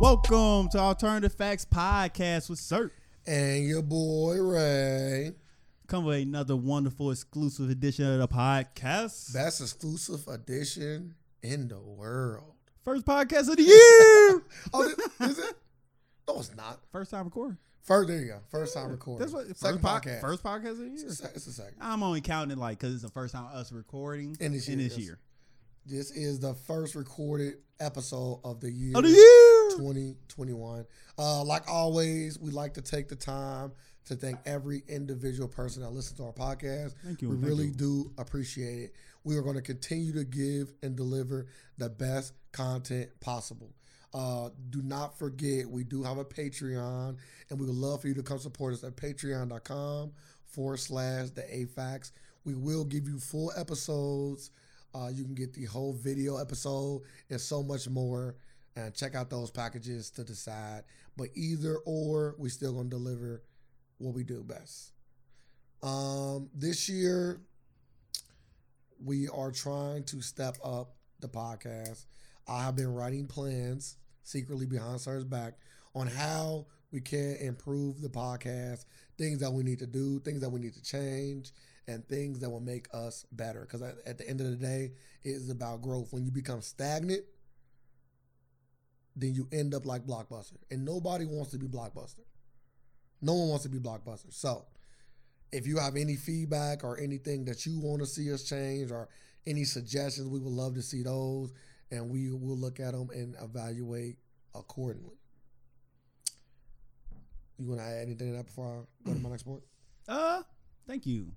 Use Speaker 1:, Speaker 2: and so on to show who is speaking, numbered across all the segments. Speaker 1: Welcome to Alternative Facts Podcast with Sir.
Speaker 2: and your boy Ray.
Speaker 1: Come with another wonderful exclusive edition of the podcast.
Speaker 2: Best exclusive edition in the world.
Speaker 1: First podcast of the year.
Speaker 2: Oh, thi- is it? No, it's not.
Speaker 1: First time recording.
Speaker 2: First, there you go. First time recording.
Speaker 1: That's what
Speaker 2: Second
Speaker 1: first po-
Speaker 2: podcast.
Speaker 1: First podcast of the
Speaker 2: It's
Speaker 1: year.
Speaker 2: the sec- it's the second.
Speaker 1: I'm only counting like because it's the first time us recording
Speaker 2: In this year, yes.
Speaker 1: year.
Speaker 2: This is the first recorded episode of the year.
Speaker 1: Of the year.
Speaker 2: 2021. Uh, like always, we like to take the time to thank every individual person that listens to our podcast.
Speaker 1: Thank you,
Speaker 2: We
Speaker 1: thank
Speaker 2: really
Speaker 1: you.
Speaker 2: do appreciate it. We are going to continue to give and deliver the best content possible. Uh, do not forget, we do have a Patreon, and we would love for you to come support us at patreon.com forward slash the AFAX. We will give you full episodes. Uh, you can get the whole video episode and so much more. And check out those packages to decide. But either or, we still gonna deliver what we do best. Um, this year, we are trying to step up the podcast. I have been writing plans secretly behind Sir's back on how we can improve the podcast, things that we need to do, things that we need to change, and things that will make us better. Because at, at the end of the day, it is about growth. When you become stagnant, then you end up like Blockbuster. And nobody wants to be Blockbuster. No one wants to be Blockbuster. So, if you have any feedback or anything that you want to see us change or any suggestions, we would love to see those and we will look at them and evaluate accordingly. You want to add anything to that before I go to my next point?
Speaker 1: Uh, thank you.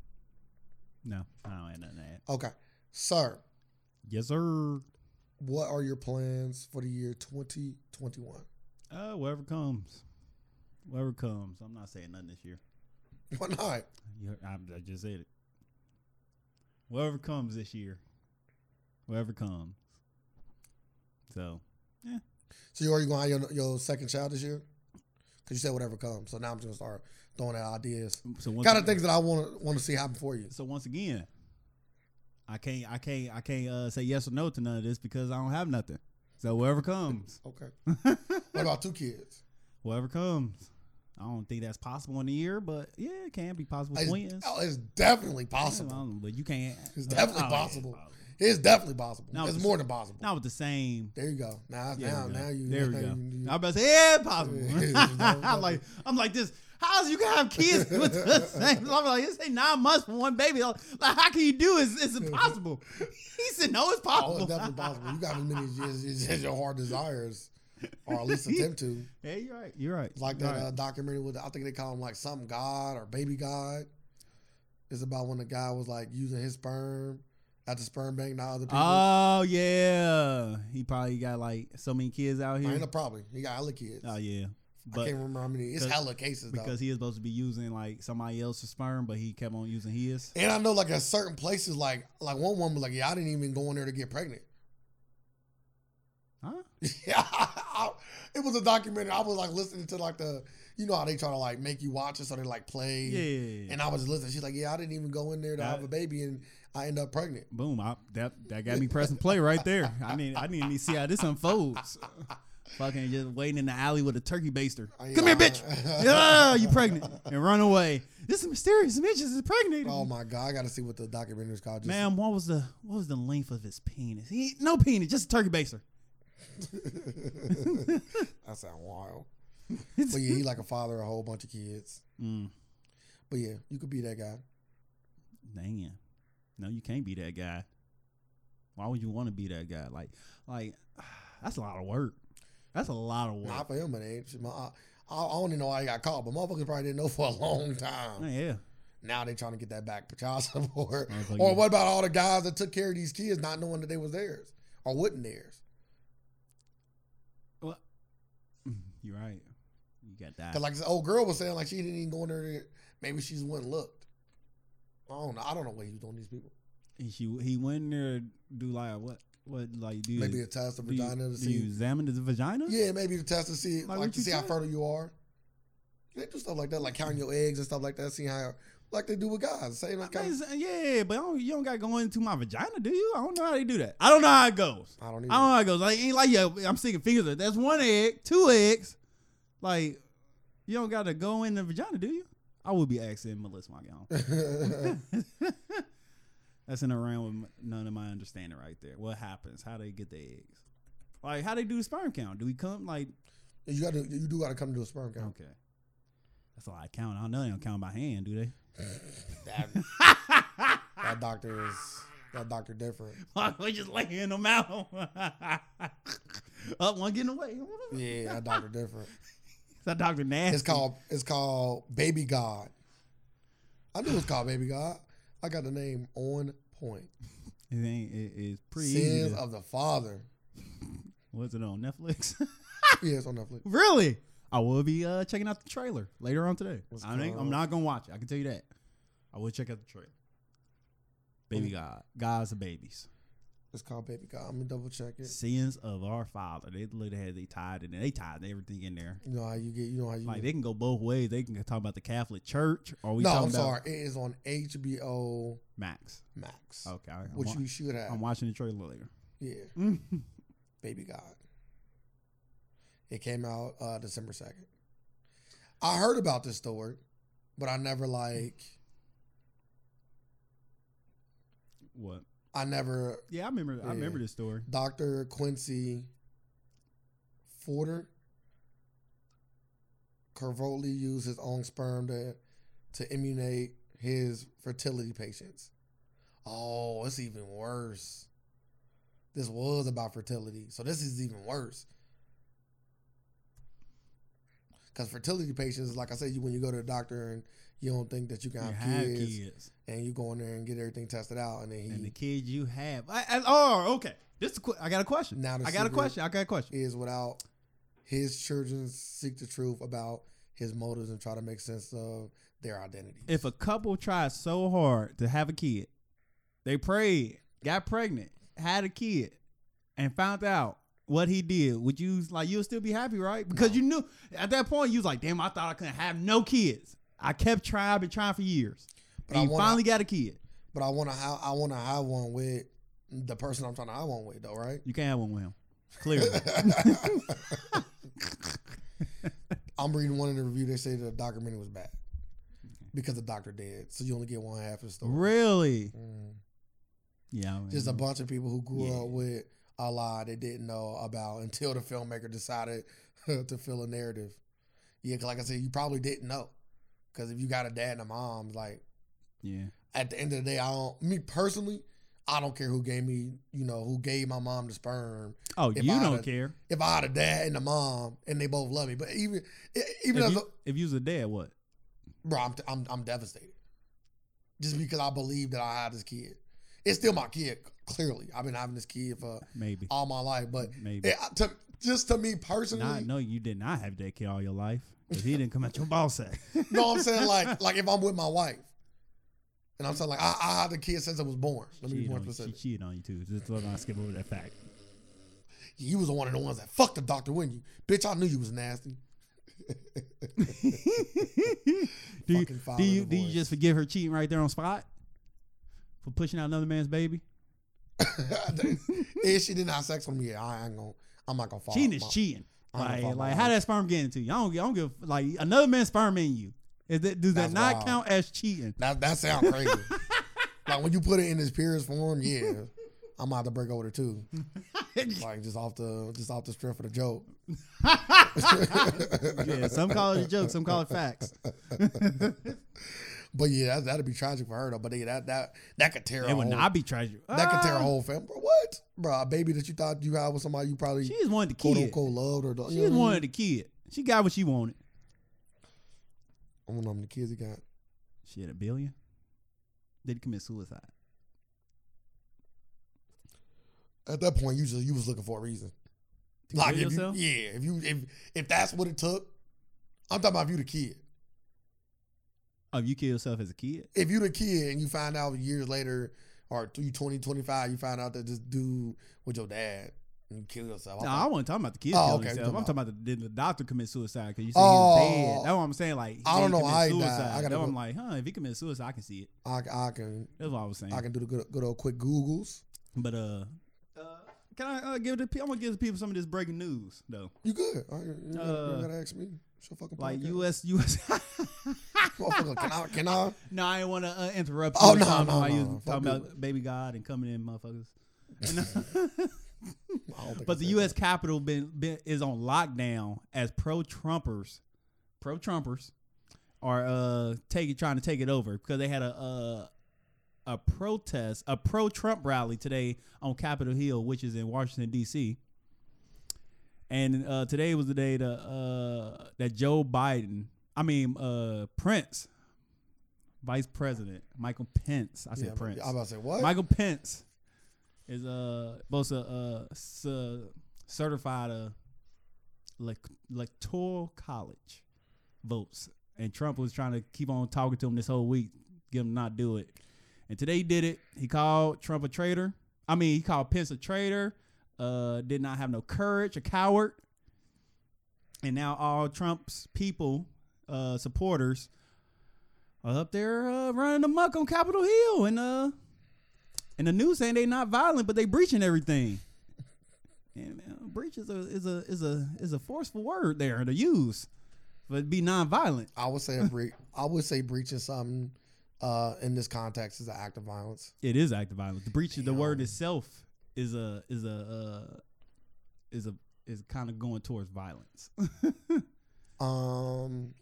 Speaker 1: No, I don't have nothing to add.
Speaker 2: Okay. Sir,
Speaker 1: Yes, sir.
Speaker 2: what are your plans for the year 2021?
Speaker 1: Uh, whatever comes, whatever comes. I'm not saying nothing this year.
Speaker 2: Why not?
Speaker 1: You heard- I, I just said it. Whatever comes this year, whatever comes. So
Speaker 2: So you already going to have your, your second child this year? Because you said whatever comes. So now I'm just going to start throwing out ideas.
Speaker 1: so once
Speaker 2: Kind of things that I want to want to see happen for you.
Speaker 1: So once again, I can't I can't I can't uh, say yes or no to none of this because I don't have nothing. So whatever comes,
Speaker 2: Okay. what about two kids?
Speaker 1: whatever comes. I don't think that's possible in a year, but yeah, it can be possible.
Speaker 2: It's-
Speaker 1: Twins,
Speaker 2: Oh, it's definitely
Speaker 1: Yeah, I
Speaker 2: possible.
Speaker 1: don't- but you can't. Uh, oh,
Speaker 2: It's definitely
Speaker 1: yeah,
Speaker 2: possible.
Speaker 1: probably.
Speaker 2: It's definitely possible.
Speaker 1: No,
Speaker 2: it's
Speaker 1: it's-
Speaker 2: more than possible.
Speaker 1: Not with the same.
Speaker 2: There you go. Now,
Speaker 1: Yeah,
Speaker 2: now,
Speaker 1: we go.
Speaker 2: now you.
Speaker 1: There
Speaker 2: now
Speaker 1: we go.
Speaker 2: you- you-
Speaker 1: I better say, yeah, possible.
Speaker 2: Yeah,
Speaker 1: I'm like, I'm like this. How's you gonna have kids with the same? I'm like, it's ain't nine months for one baby. Like, how can you do? It's, it's impossible. He said, no, it's
Speaker 2: oh,
Speaker 1: possible.
Speaker 2: it's definitely possible. You got as many as, as, as your heart desires, or at least attempt to.
Speaker 1: yeah, you're right. You're right.
Speaker 2: It's like
Speaker 1: You're
Speaker 2: that
Speaker 1: right.
Speaker 2: uh, documentary with I think they call him like something God or baby God. It's about when the guy was like using his sperm at the sperm bank, not other people.
Speaker 1: oh yeah, he probably got like so many kids out
Speaker 2: I
Speaker 1: here.
Speaker 2: ain't a problem. He got hella kids.
Speaker 1: Oh yeah,
Speaker 2: I
Speaker 1: but
Speaker 2: can't remember how many. It's
Speaker 1: because-
Speaker 2: hella cases though.
Speaker 1: because he is supposed to be using like somebody else's sperm, but he kept on using his.
Speaker 2: And I know like at certain places, like like one woman was like, Yeah, I didn't even go in there to get pregnant.
Speaker 1: Huh?
Speaker 2: Yeah. I- it was a documentary. I was like listening to like the you know how they try to like make you watch it so they like play.
Speaker 1: Yeah. yeah, yeah.
Speaker 2: And I was listening. She's like, Yeah, I didn't even go in there to
Speaker 1: Yeah.
Speaker 2: have a baby and I end up pregnant.
Speaker 1: Boom! I, that that got me pressing play right there. I mean, I need to see how this unfolds. Fucking just waiting in the alley with a turkey baster.
Speaker 2: I-
Speaker 1: Come here, bitch.
Speaker 2: I-
Speaker 1: Yeah, you pregnant and run away. This is mysterious bitch is pregnant.
Speaker 2: Oh my god, I gotta see what the documentary is called. Just,
Speaker 1: Man, what was the what was the length of his penis? He ain't- no penis, just a turkey baster.
Speaker 2: that sound wild. But yeah, he like a father of a whole bunch of kids.
Speaker 1: Mm,
Speaker 2: But yeah, you could be that guy.
Speaker 1: damn. No, you can't be that guy. Why would you want to be that guy? Like, like that's a lot of work. That's a lot of work.
Speaker 2: Not for him, it ain't. My, I, I don't even know why he got caught, but motherfuckers probably didn't know for a long time.
Speaker 1: yeah.
Speaker 2: Now they trying to get that back for child support.
Speaker 1: Motherfucker.
Speaker 2: or what about all the guys that took care of these kids not knowing that they was theirs or wasn't theirs?
Speaker 1: Well, Mm, you're right. You got that.
Speaker 2: Because like this old girl was saying, like she didn't even go in there. to- Maybe she just went and looked. I don't know. I don't know what he was doing to these people.
Speaker 1: And she he went in there to do like what what like do you,
Speaker 2: Maybe to test the
Speaker 1: do you,
Speaker 2: vagina to
Speaker 1: do you
Speaker 2: see.
Speaker 1: examine the vagina?
Speaker 2: Yeah, maybe to test to see
Speaker 1: Like,
Speaker 2: like,
Speaker 1: what
Speaker 2: to
Speaker 1: you
Speaker 2: see how
Speaker 1: trying?
Speaker 2: fertile you are. They do stuff like that, like counting your eggs and stuff like that, seeing how like they do with guys. Same like uh,
Speaker 1: I mean, uh, yeah, but I don't, you don't got to go into my vagina, do you? I don't know how they do that. I don't know how it goes.
Speaker 2: I don't
Speaker 1: I
Speaker 2: even.
Speaker 1: don't know how it goes. Like ain't like yeah, I'm sticking fingers. in. That's one egg, two eggs. Like you don't got to go in the vagina, do you? I would be asking Melissa when I get home. That's in a realm of none of my understanding right there. What happens? How they get the eggs? Like how they do the sperm count? Do we come like
Speaker 2: you got to. You do got to come to a sperm count.
Speaker 1: okay? That's a lot of count. I don't know they don't count by hand, do they?
Speaker 2: That, that doctor is that doctor different.
Speaker 1: We're just laying them out. Up one getting away.
Speaker 2: Yeah, that doctor different.
Speaker 1: Is that Dr. Nasty?
Speaker 2: It's called it's called Baby God. I knew it was called Baby God. I got the name on point.
Speaker 1: It ain't. It, it's pretty
Speaker 2: Sins
Speaker 1: easy.
Speaker 2: of the Father.
Speaker 1: Was it on Netflix?
Speaker 2: Yeah, it's on Netflix.
Speaker 1: really? I will be uh, checking out the trailer later on today.
Speaker 2: It's
Speaker 1: I ain't, I'm
Speaker 2: called-
Speaker 1: not gonna watch it. I can tell you that. I will check out the trailer. Baby
Speaker 2: Mm.
Speaker 1: God, guys are babies.
Speaker 2: It's called Baby God. I'm gonna double check it.
Speaker 1: Sins of our father. They literally had they tied it. in. They tied everything in there.
Speaker 2: You know how you get. You know how you.
Speaker 1: Like
Speaker 2: get-
Speaker 1: they can go both ways. They can talk about the Catholic Church, or we
Speaker 2: no,
Speaker 1: talking
Speaker 2: I'm
Speaker 1: about
Speaker 2: sorry. It is on HBO
Speaker 1: Max.
Speaker 2: Max,
Speaker 1: Okay, I, am
Speaker 2: which you Mm-hmm. should have.
Speaker 1: I'm watching the trailer later.
Speaker 2: yeah, Baby God. It came out uh, December second. I heard about this story, but I never like.
Speaker 1: what?
Speaker 2: I never
Speaker 1: Yeah, I remember. I
Speaker 2: Yeah.
Speaker 1: remember this story.
Speaker 2: Dr. Quincy Forder covertly used his own sperm to to immunate his fertility patients. Oh, it's even worse. This was about fertility. So this is even worse. Cause fertility patients, like I said, you when you go to the doctor and you don't think that you can
Speaker 1: You
Speaker 2: have,
Speaker 1: have
Speaker 2: kids,
Speaker 1: kids.
Speaker 2: and you go in there and get everything tested out, and then he
Speaker 1: and the kids you have. I, I, oh, okay. This is a que- I got a question.
Speaker 2: Now the
Speaker 1: I got a
Speaker 2: secret-
Speaker 1: question. I got a question.
Speaker 2: is without his children seek the truth about his motives and try to make sense of their identity.
Speaker 1: If a couple tries so hard to have a kid, they prayed, got pregnant, had a kid, and found out what he did, would you like you'll still be happy, right? Because you knew at that point you was like, damn, I thought I couldn't have no kids. I kept trying, I've been trying for years.
Speaker 2: But I
Speaker 1: and you
Speaker 2: wanna-
Speaker 1: finally got a kid.
Speaker 2: but I want to have I want to have one with the person I'm trying to have one with, though, right?
Speaker 1: You can't have one with him. Clearly.
Speaker 2: I'm reading one in the review. They say the documentary was bad because the doctor did, so you only get one half of the story.
Speaker 1: really?
Speaker 2: Mm.
Speaker 1: Yeah. I mean,
Speaker 2: Just a bunch of people who grew
Speaker 1: Mm-hmm. Yeah.
Speaker 2: up with a lie they didn't know about until the filmmaker decided to fill a narrative. Yeah, 'cause like I said, you probably didn't know. Because if you got a dad and a mom, like
Speaker 1: Yeah.
Speaker 2: at the end of the day, I don't, me personally, I don't care who gave me, you know, who gave my mom the sperm.
Speaker 1: Oh,
Speaker 2: If
Speaker 1: you
Speaker 2: I
Speaker 1: don't
Speaker 2: had a-
Speaker 1: care.
Speaker 2: If I had a dad and a mom and they both love me, but even, e- even
Speaker 1: If
Speaker 2: as
Speaker 1: you,
Speaker 2: a,
Speaker 1: if you was a dad, what?
Speaker 2: bro, I'm, I'm I'm devastated. Just because I believe that I had this kid, it's still my kid. Clearly, I've been having this kid for
Speaker 1: Maybe.
Speaker 2: all my life, but
Speaker 1: Maybe.
Speaker 2: it, to, just to me personally,
Speaker 1: Not no, you did not have that kid all your life. 'cause he didn't come out your ball sack.
Speaker 2: no, I'm saying like like if I'm with my wife, and I'm saying like I, I had the kid since I was born. Let me be
Speaker 1: Cheated
Speaker 2: more
Speaker 1: on you. She
Speaker 2: specific.
Speaker 1: cheated on you too. Just let not skip over that fact.
Speaker 2: You was one of the ones that fucked the doctor, weren't you? Bitch, I knew you was nasty.
Speaker 1: do you
Speaker 2: Fucking file
Speaker 1: do
Speaker 2: a
Speaker 1: you do you
Speaker 2: divorce.
Speaker 1: just forgive her cheating right there on spot for pushing out another man's baby?
Speaker 2: Oh, if she didn't have sex with me, I ain't gonna. I'm not gonna fall.
Speaker 1: cheating is cheating.
Speaker 2: I'm gonna
Speaker 1: Like
Speaker 2: follow
Speaker 1: like
Speaker 2: my
Speaker 1: how
Speaker 2: wife.
Speaker 1: that sperm get into you? I don't gi- I don't give like another man's sperm in you. Is that does that
Speaker 2: That's
Speaker 1: not
Speaker 2: wild.
Speaker 1: count as cheating?
Speaker 2: That that sound crazy. like when you put it in its purest form, yeah, I'm about to break over too. Like just off the just off the strength of the joke.
Speaker 1: yeah, some call it a joke, some call it facts.
Speaker 2: But yeah, that, that'd be tragic for her though. But yeah, that that that could tear.
Speaker 1: It
Speaker 2: a
Speaker 1: would
Speaker 2: whole-
Speaker 1: not be tragic.
Speaker 2: That could tear a
Speaker 1: Ah,
Speaker 2: whole family. Bro, what, bro? A baby that you thought you had with somebody you probably
Speaker 1: She just wanted the kid.
Speaker 2: quote unquote Mm-hmm. loved or
Speaker 1: She
Speaker 2: you
Speaker 1: just
Speaker 2: know what I mean?
Speaker 1: wanted the kid. She got what she wanted.
Speaker 2: I wonder how many kids he got.
Speaker 1: She had a billion. Did commit suicide.
Speaker 2: At that point, you just you was looking for a reason.
Speaker 1: To
Speaker 2: Like
Speaker 1: kill
Speaker 2: if you,
Speaker 1: yourself?
Speaker 2: yeah, if you if if that's what it took, I'm talking about if you the kid.
Speaker 1: Oh, you kill yourself as a kid?
Speaker 2: If you the kid and you find out years later or you 20, 25, you find out that this dude was your dad and kill yourself.
Speaker 1: No, I wasn't talking about the kids
Speaker 2: Oh,
Speaker 1: killing
Speaker 2: okay,
Speaker 1: themselves.
Speaker 2: you're
Speaker 1: I'm
Speaker 2: talking
Speaker 1: talking about the, did the doctor commit suicide because you said he was
Speaker 2: Oh.
Speaker 1: dead. That's what I'm saying. Like, he
Speaker 2: I
Speaker 1: didn't
Speaker 2: don't know
Speaker 1: commit
Speaker 2: how he died.
Speaker 1: Suicide.
Speaker 2: I gotta
Speaker 1: That's what
Speaker 2: go-
Speaker 1: I'm like, huh? If he commits suicide, I can see it.
Speaker 2: I, I can
Speaker 1: That's what I was saying.
Speaker 2: I can do the good good old quick Googles.
Speaker 1: But uh, uh, can I uh, give the? pe- I'm gonna give the people some of this breaking news though.
Speaker 2: You good? All right, you, you,
Speaker 1: Uh,
Speaker 2: gotta ask me. It's your fucking
Speaker 1: Like
Speaker 2: podcast.
Speaker 1: U.S. U.S.
Speaker 2: Motherfucker, can I? Can I?
Speaker 1: no, I didn't want to uh, interrupt.
Speaker 2: Oh,
Speaker 1: you
Speaker 2: no,
Speaker 1: Talking
Speaker 2: no,
Speaker 1: about you
Speaker 2: no, no.
Speaker 1: talking
Speaker 2: Fuck
Speaker 1: about baby God and coming in, motherfuckers.
Speaker 2: I don't think I
Speaker 1: But the
Speaker 2: said
Speaker 1: U.S. Capitol been, been is on lockdown as pro-Trumpers, pro-Trumpers are uh taking trying to take it over because they had a uh a protest, a pro-Trump rally today on Capitol Hill, which is in Washington D.C. And uh, today was the day that uh, that Joe Biden, I mean uh, Prince, Vice President Michael Pence, I
Speaker 2: that.
Speaker 1: said
Speaker 2: Yeah,
Speaker 1: Prince,
Speaker 2: I'm about to say what?
Speaker 1: Michael Pence is uh both a uh c- certified uh elec- electoral college votes, and Trump was trying to keep on talking to him this whole week, get him to not do it, and today he did it. He called Trump a traitor. I mean, he called Pence a traitor. Uh, did not have no courage, a coward, and now all Trump's people, uh, supporters. Are up there uh, running amok on Capitol Hill and uh and the news saying they not violent, but they breaching everything. And uh, breach is a is a is a is a forceful word there to use, but be non-violent.
Speaker 2: I would say a bre- I would say breaching something uh, in this context is an act of violence.
Speaker 1: It is act of violence. The breach of the word
Speaker 2: Damn.
Speaker 1: itself is a is a uh, is a is kind of going towards violence.
Speaker 2: Um,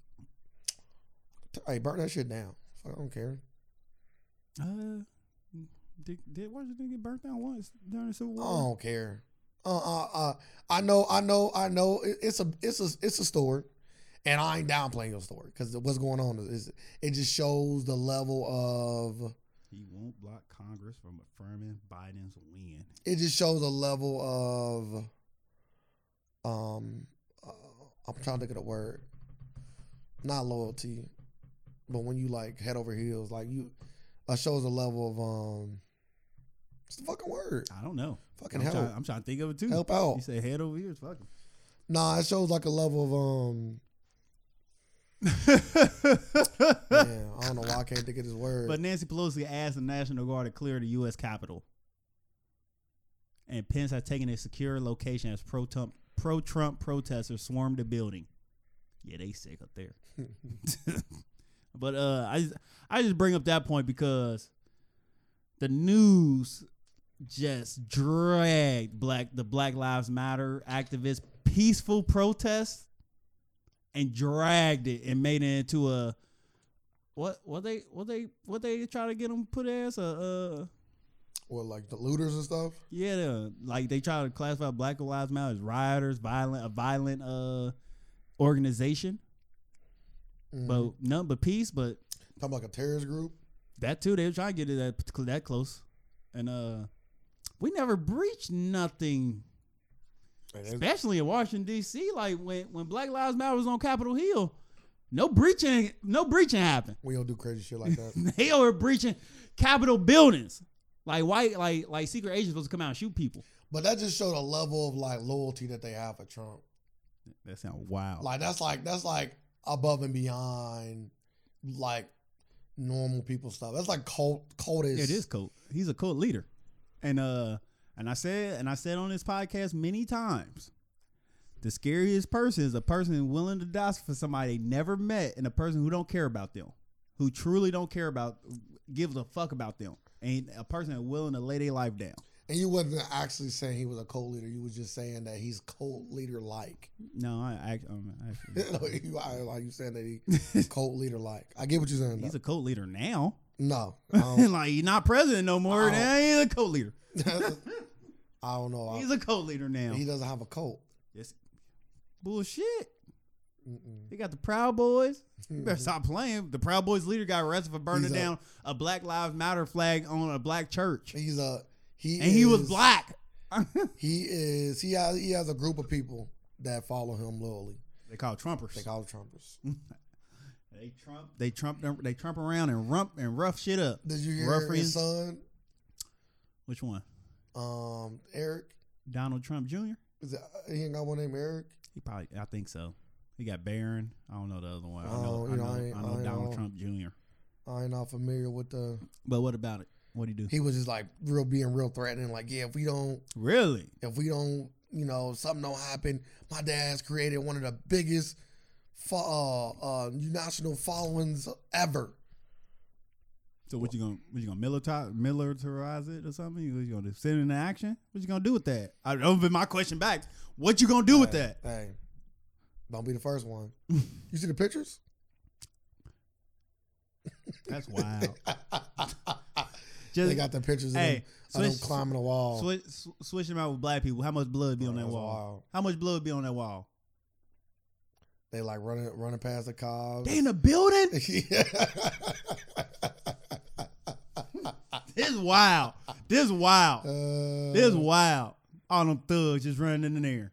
Speaker 2: t- hey, burn that shit down. Fuck, I don't care.
Speaker 1: uh, did, did Washington get burnt down once during the Civil
Speaker 2: I
Speaker 1: War?
Speaker 2: don't care. Uh, uh, uh, I know, I know, I know. It, it's a, it's a, it's a story, and I ain't downplaying your story because what's going on is it just shows the level of.
Speaker 1: He won't block Congress from affirming Biden's win.
Speaker 2: it just shows a level of um uh, I'm trying to think of the word. Not loyalty, but when you like head over heels, like you it shows a level of um what's the fucking word?
Speaker 1: I don't know.
Speaker 2: Fucking
Speaker 1: I'm
Speaker 2: help.
Speaker 1: trying, I'm trying to think of it too.
Speaker 2: help out.
Speaker 1: He said head over ears, fuck him.
Speaker 2: Nah, it shows like a level of um
Speaker 1: but
Speaker 2: um, man, I don't know why I can't think of this word.
Speaker 1: Nancy Pelosi asked the National Guard to clear the U.S. Capitol. And Pence has taken a secure location as pro Trump pro Trump protesters swarmed the building. Yeah, they sick up there. but uh, I just, I just bring up that point because the news just dragged black the Black Lives Matter activists peaceful protest and dragged it and made it into a what what they what they what they try to get them put as a uh
Speaker 2: or like the looters and stuff.
Speaker 1: yeah they're- like they try to classify Black Lives Matter as rioters violent a violent uh organization
Speaker 2: Mm.
Speaker 1: but none but peace but
Speaker 2: Talking about like a terrorist group.
Speaker 1: That too, they were trying to get it that that close, and uh, we never breached nothing,
Speaker 2: Like, that's-
Speaker 1: especially in Washington D.C. Like when when Black Lives Matter was on Capitol Hill, no breaching, no breaching happened.
Speaker 2: we don't do crazy shit like that.
Speaker 1: They were breaching Capitol buildings, like white, like like secret agents supposed to come out and shoot people.
Speaker 2: but that just showed a level of like loyalty that they have for Trump.
Speaker 1: That sounds wild.
Speaker 2: Like that's like that's like above and beyond like normal people stuff. That's like cult cultist.
Speaker 1: Yeah, it is cult. He's a cult leader, and uh, and I said, and I said on this podcast many times, the scariest person is a person willing to die for somebody they never met, and a person who don't care about them, who truly don't care about, gives a fuck about them, and a person that willing to lay their life down.
Speaker 2: And you wasn't actually saying he was a cult leader. You was just saying that he's cult leader like.
Speaker 1: No, I, act- um,
Speaker 2: you
Speaker 1: actually,
Speaker 2: are like you saying that he's cult leader like. I get what you're saying.
Speaker 1: he's
Speaker 2: Though.
Speaker 1: a cult leader now.
Speaker 2: no, I don't,
Speaker 1: like he's not president no more.
Speaker 2: Oh.
Speaker 1: Now he's a cult leader.
Speaker 2: I don't know. I-
Speaker 1: He's a cult leader now.
Speaker 2: he doesn't have a cult.
Speaker 1: It's bullshit.
Speaker 2: Mm-mm.
Speaker 1: They got the Proud Boys. You better stop playing. The Proud Boys leader got arrested for burning
Speaker 2: He's a-
Speaker 1: down a Black Lives Matter flag on a black church,
Speaker 2: He's a he.
Speaker 1: and he was
Speaker 2: is-
Speaker 1: black.
Speaker 2: He is. He has. He has a group of people that follow him loyally.
Speaker 1: They call Trumpers.
Speaker 2: They
Speaker 1: They,
Speaker 2: call them Trumpers.
Speaker 1: Trump. They Trump. them- They Trump around and rump and rough shit up.
Speaker 2: Did you hear
Speaker 1: Ruffians.
Speaker 2: his son?
Speaker 1: Which one?
Speaker 2: um Eric
Speaker 1: Donald Trump Jr.
Speaker 2: Is that, he ain't got one name Eric.
Speaker 1: He probably, I think so. He got Barron. I don't know the other one. I know,
Speaker 2: Oh,
Speaker 1: I
Speaker 2: you know,
Speaker 1: know,
Speaker 2: I ain't-
Speaker 1: I
Speaker 2: I
Speaker 1: know
Speaker 2: ain't
Speaker 1: Donald
Speaker 2: know.
Speaker 1: Trump Jr.
Speaker 2: I ain't not familiar with the.
Speaker 1: But what about it? What would he do?
Speaker 2: He was just like real being real threatening. Like yeah, if we don't,
Speaker 1: really?
Speaker 2: if we don't, you know, something don't happen. My dad's created one of the biggest, fo- uh, uh, national followings ever.
Speaker 1: So what you gonna what you gonna militarize, militarize it or something? You, you gonna send it into action? What you gonna do with that? I don't been my question back. What you gonna do with that?
Speaker 2: Hey, don't be the first one. you see the pictures?
Speaker 1: That's wild. Just
Speaker 2: they got the pictures of
Speaker 1: hey,
Speaker 2: them, of
Speaker 1: switch,
Speaker 2: them climbing a wall.
Speaker 1: switch, sw- switch them out with black people. How much blood be on
Speaker 2: Oh,
Speaker 1: that
Speaker 2: that's
Speaker 1: wall?
Speaker 2: wild.
Speaker 1: How much blood be on that wall?
Speaker 2: They like running running past the cops.
Speaker 1: They in a building?
Speaker 2: Yeah.
Speaker 1: This is wild. This is wild.
Speaker 2: Uh,
Speaker 1: This is wild. All them thugs just running in there.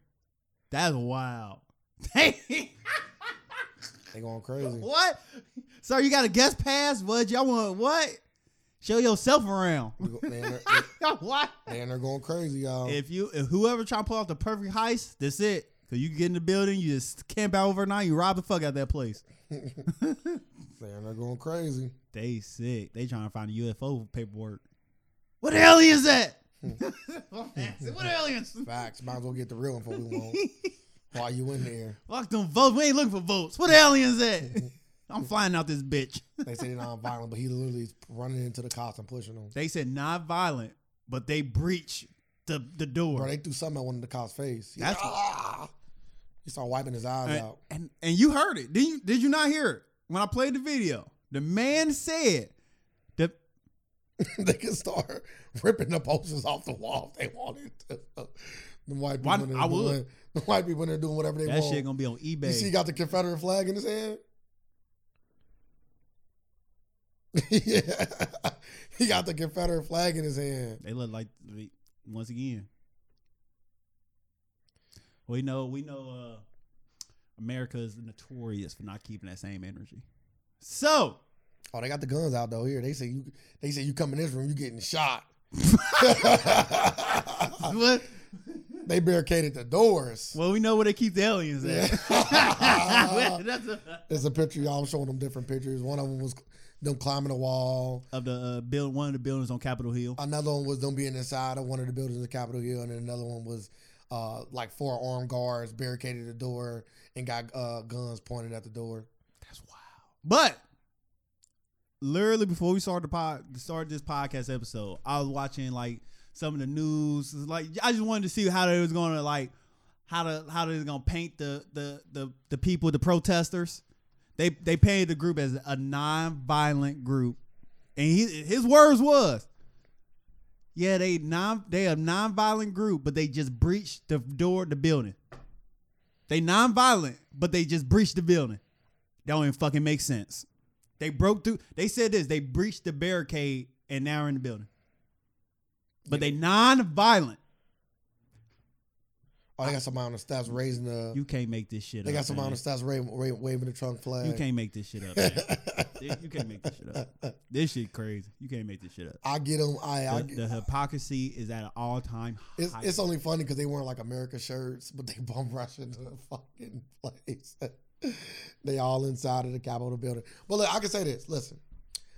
Speaker 1: That's wild.
Speaker 2: they going crazy.
Speaker 1: what? Sir, you got a guest pass? What y'all want? What? Show yourself around.
Speaker 2: We go- They in there,
Speaker 1: what?
Speaker 2: they in there going crazy, y'all.
Speaker 1: Oh. If you, if whoever try to pull off the perfect heist, that's it. Cause you get in the building, you just camp out overnight, you rob the fuck out of that place.
Speaker 2: they in there going crazy.
Speaker 1: They sick. They trying to find a UFO paperwork. What the hell is that? what the aliens?
Speaker 2: Facts. Might as well get the real info we want. While you in there,
Speaker 1: Fuck them votes. We ain't looking for votes. What the aliens that? I'm flying out this bitch.
Speaker 2: they say they're non-violent, but he literally is running into the cops and pushing them.
Speaker 1: They said not violent, but they breach the the door.
Speaker 2: Bro, they threw something at one of the cops' face. He,
Speaker 1: That's-
Speaker 2: "Ah!" he started wiping his eyes
Speaker 1: and,
Speaker 2: out.
Speaker 1: and and you heard it. Did you did you not hear it when I played the video? The man said the
Speaker 2: they can start ripping the posters off the wall if they wanted to. The white people,
Speaker 1: Why-
Speaker 2: in there
Speaker 1: I would.
Speaker 2: Doing, the white people in there doing whatever they
Speaker 1: that
Speaker 2: want.
Speaker 1: shit gonna be on
Speaker 2: you see, he
Speaker 1: eBay.
Speaker 2: got the Confederate flag in his hand. yeah, he got the Confederate flag in his hand.
Speaker 1: They look like they- once again. We know we know uh America is notorious for not keeping that same energy. So
Speaker 2: Oh, they got the guns out though. Here, they say you. They say you come in this room, you getting shot. Ah.
Speaker 1: what
Speaker 2: they barricaded the doors.
Speaker 1: well we know where they keep the aliens at.
Speaker 2: Yeah.
Speaker 1: That's a-
Speaker 2: There's a picture, y'all. I'm showing them different pictures. One of them was them climbing a wall.
Speaker 1: of the uh, build one of the buildings on Capitol Hill.
Speaker 2: Another one was them being inside of one of the buildings in Capitol Hill, and then another one was uh, like four armed guards barricaded the door and got uh, guns pointed at the door.
Speaker 1: That's wild. But literally before we started the pod, started this podcast episode, I was watching like some of the news. It's Like I just wanted to see how they was gonna like how to how they was gonna paint the the the the people, the protesters. They they painted the group as a non-violent group, and he, his words was. Yeah, they non they a non-violent group, but they just breached the door of the building. They non-violent, but they just breached the building. That don't even fucking make sense. They broke through. They said this. They breached the barricade and now are in the building. But they non-violent.
Speaker 2: Oh, they got somebody on the steps raising the.
Speaker 1: You can't make this shit
Speaker 2: they
Speaker 1: up.
Speaker 2: got somebody on
Speaker 1: man.
Speaker 2: the steps waving, waving, waving the trunk flag.
Speaker 1: You can't make this shit up. man. Dude, you can't make this shit up. This shit crazy. You can't make this shit up.
Speaker 2: I get them. I, I
Speaker 1: The, the hypocrisy is at an all-time high.
Speaker 2: it's, it's only funny because they wearing like America shirts, but they bum rush into the fucking place. they all inside of the Capitol building. But look, I can say this. Listen,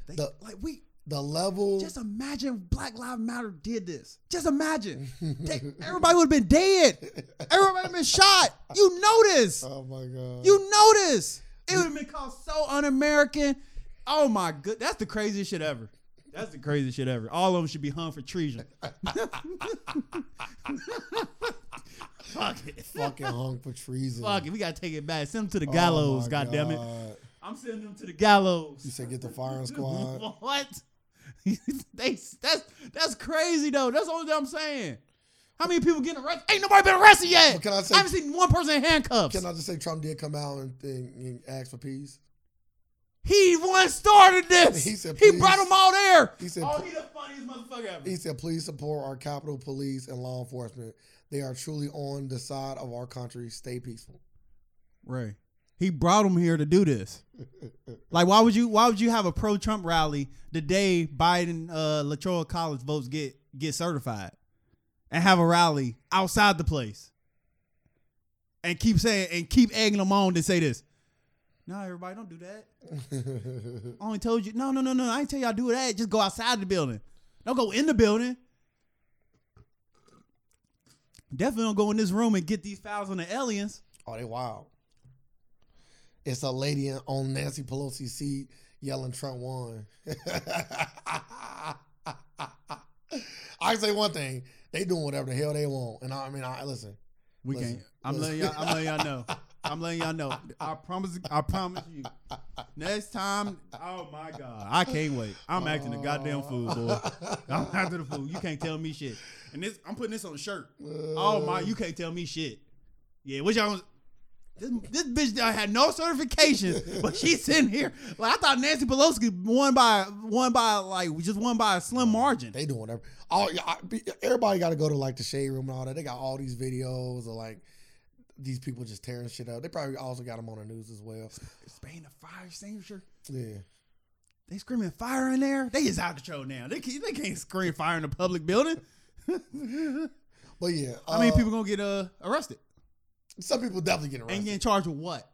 Speaker 1: They-
Speaker 2: the-
Speaker 1: like we
Speaker 2: the level.
Speaker 1: just imagine Black Lives Matter did this. Just imagine. They- everybody would have been dead. Everybody would have been shot. You know this.
Speaker 2: oh my god.
Speaker 1: You notice it would have been called so un-American. Oh my good, that's the craziest shit ever. That's the craziest shit ever. All of them should be hung for treason. Fuck it.
Speaker 2: fucking hung for treason.
Speaker 1: Fuck it. We gotta take it back. Send them to the
Speaker 2: Oh
Speaker 1: gallows.
Speaker 2: my
Speaker 1: God damn it.
Speaker 2: God.
Speaker 1: I'm sending them to the
Speaker 2: You
Speaker 1: gallows.
Speaker 2: said get the firing squad.
Speaker 1: what? they that's that's crazy though. That's the only thing I'm saying. How many people getting arrested? Ain't nobody been arrested yet.
Speaker 2: But can I say-
Speaker 1: I haven't seen one person in handcuffs.
Speaker 2: Can I just say Trump did come out and, and, and ask for peace?
Speaker 1: He once started this. He,
Speaker 2: He said, "Please."
Speaker 1: brought them all there.
Speaker 2: He said,
Speaker 1: oh, he the funniest motherfucker ever.
Speaker 2: He said, please support our Capitol Police and law enforcement. They are truly on the side of our country. Stay peaceful.
Speaker 1: Ray, he brought him here to do this. Like, why would you? Why would you have a pro-Trump rally the day Biden, uh, Latrobe College votes get get certified? and have a rally outside the place and keep saying and keep egging them on to say this. No, everybody, don't do that. I only told you. No, no, no, no. I ain't tell y'all do that. Just go outside the building. Don't go in the building. Definitely don't go in this room and get these files on the aliens.
Speaker 2: oh, they wild. It's a lady in- on Nancy Pelosi's seat yelling Trump won. I can say one thing. They doing whatever the hell they want. And I, I mean, I listen.
Speaker 1: We
Speaker 2: Listen,
Speaker 1: can't. I'm letting y'all. I'm letting y'all know. I'm letting y'all know. I promise. I promise you. Next time. Oh my god. I can't wait. I'm acting a goddamn fool, boy. I'm acting a fool. You can't tell me shit. And this, I'm putting this on the shirt. Oh my, you can't tell me shit. Yeah, which I was. This, this bitch done had no certifications, but she's in here. Like I thought Nancy Pelosi won by won by like just won by a slim margin.
Speaker 2: They doing every, all. yeah, I- be- Everybody got to go to like the shade room and all that. They got all these videos of like these people just tearing shit up. They probably also got them on the news as well.
Speaker 1: Spain a fire extinguisher.
Speaker 2: Yeah,
Speaker 1: They screaming fire in there. They is out of control now. They can't, they can't scream fire in a public building.
Speaker 2: but yeah,
Speaker 1: I mean,
Speaker 2: uh,
Speaker 1: people gonna get uh, arrested
Speaker 2: Some people definitely getting
Speaker 1: and
Speaker 2: arrested. Uh,
Speaker 1: getting charged with what?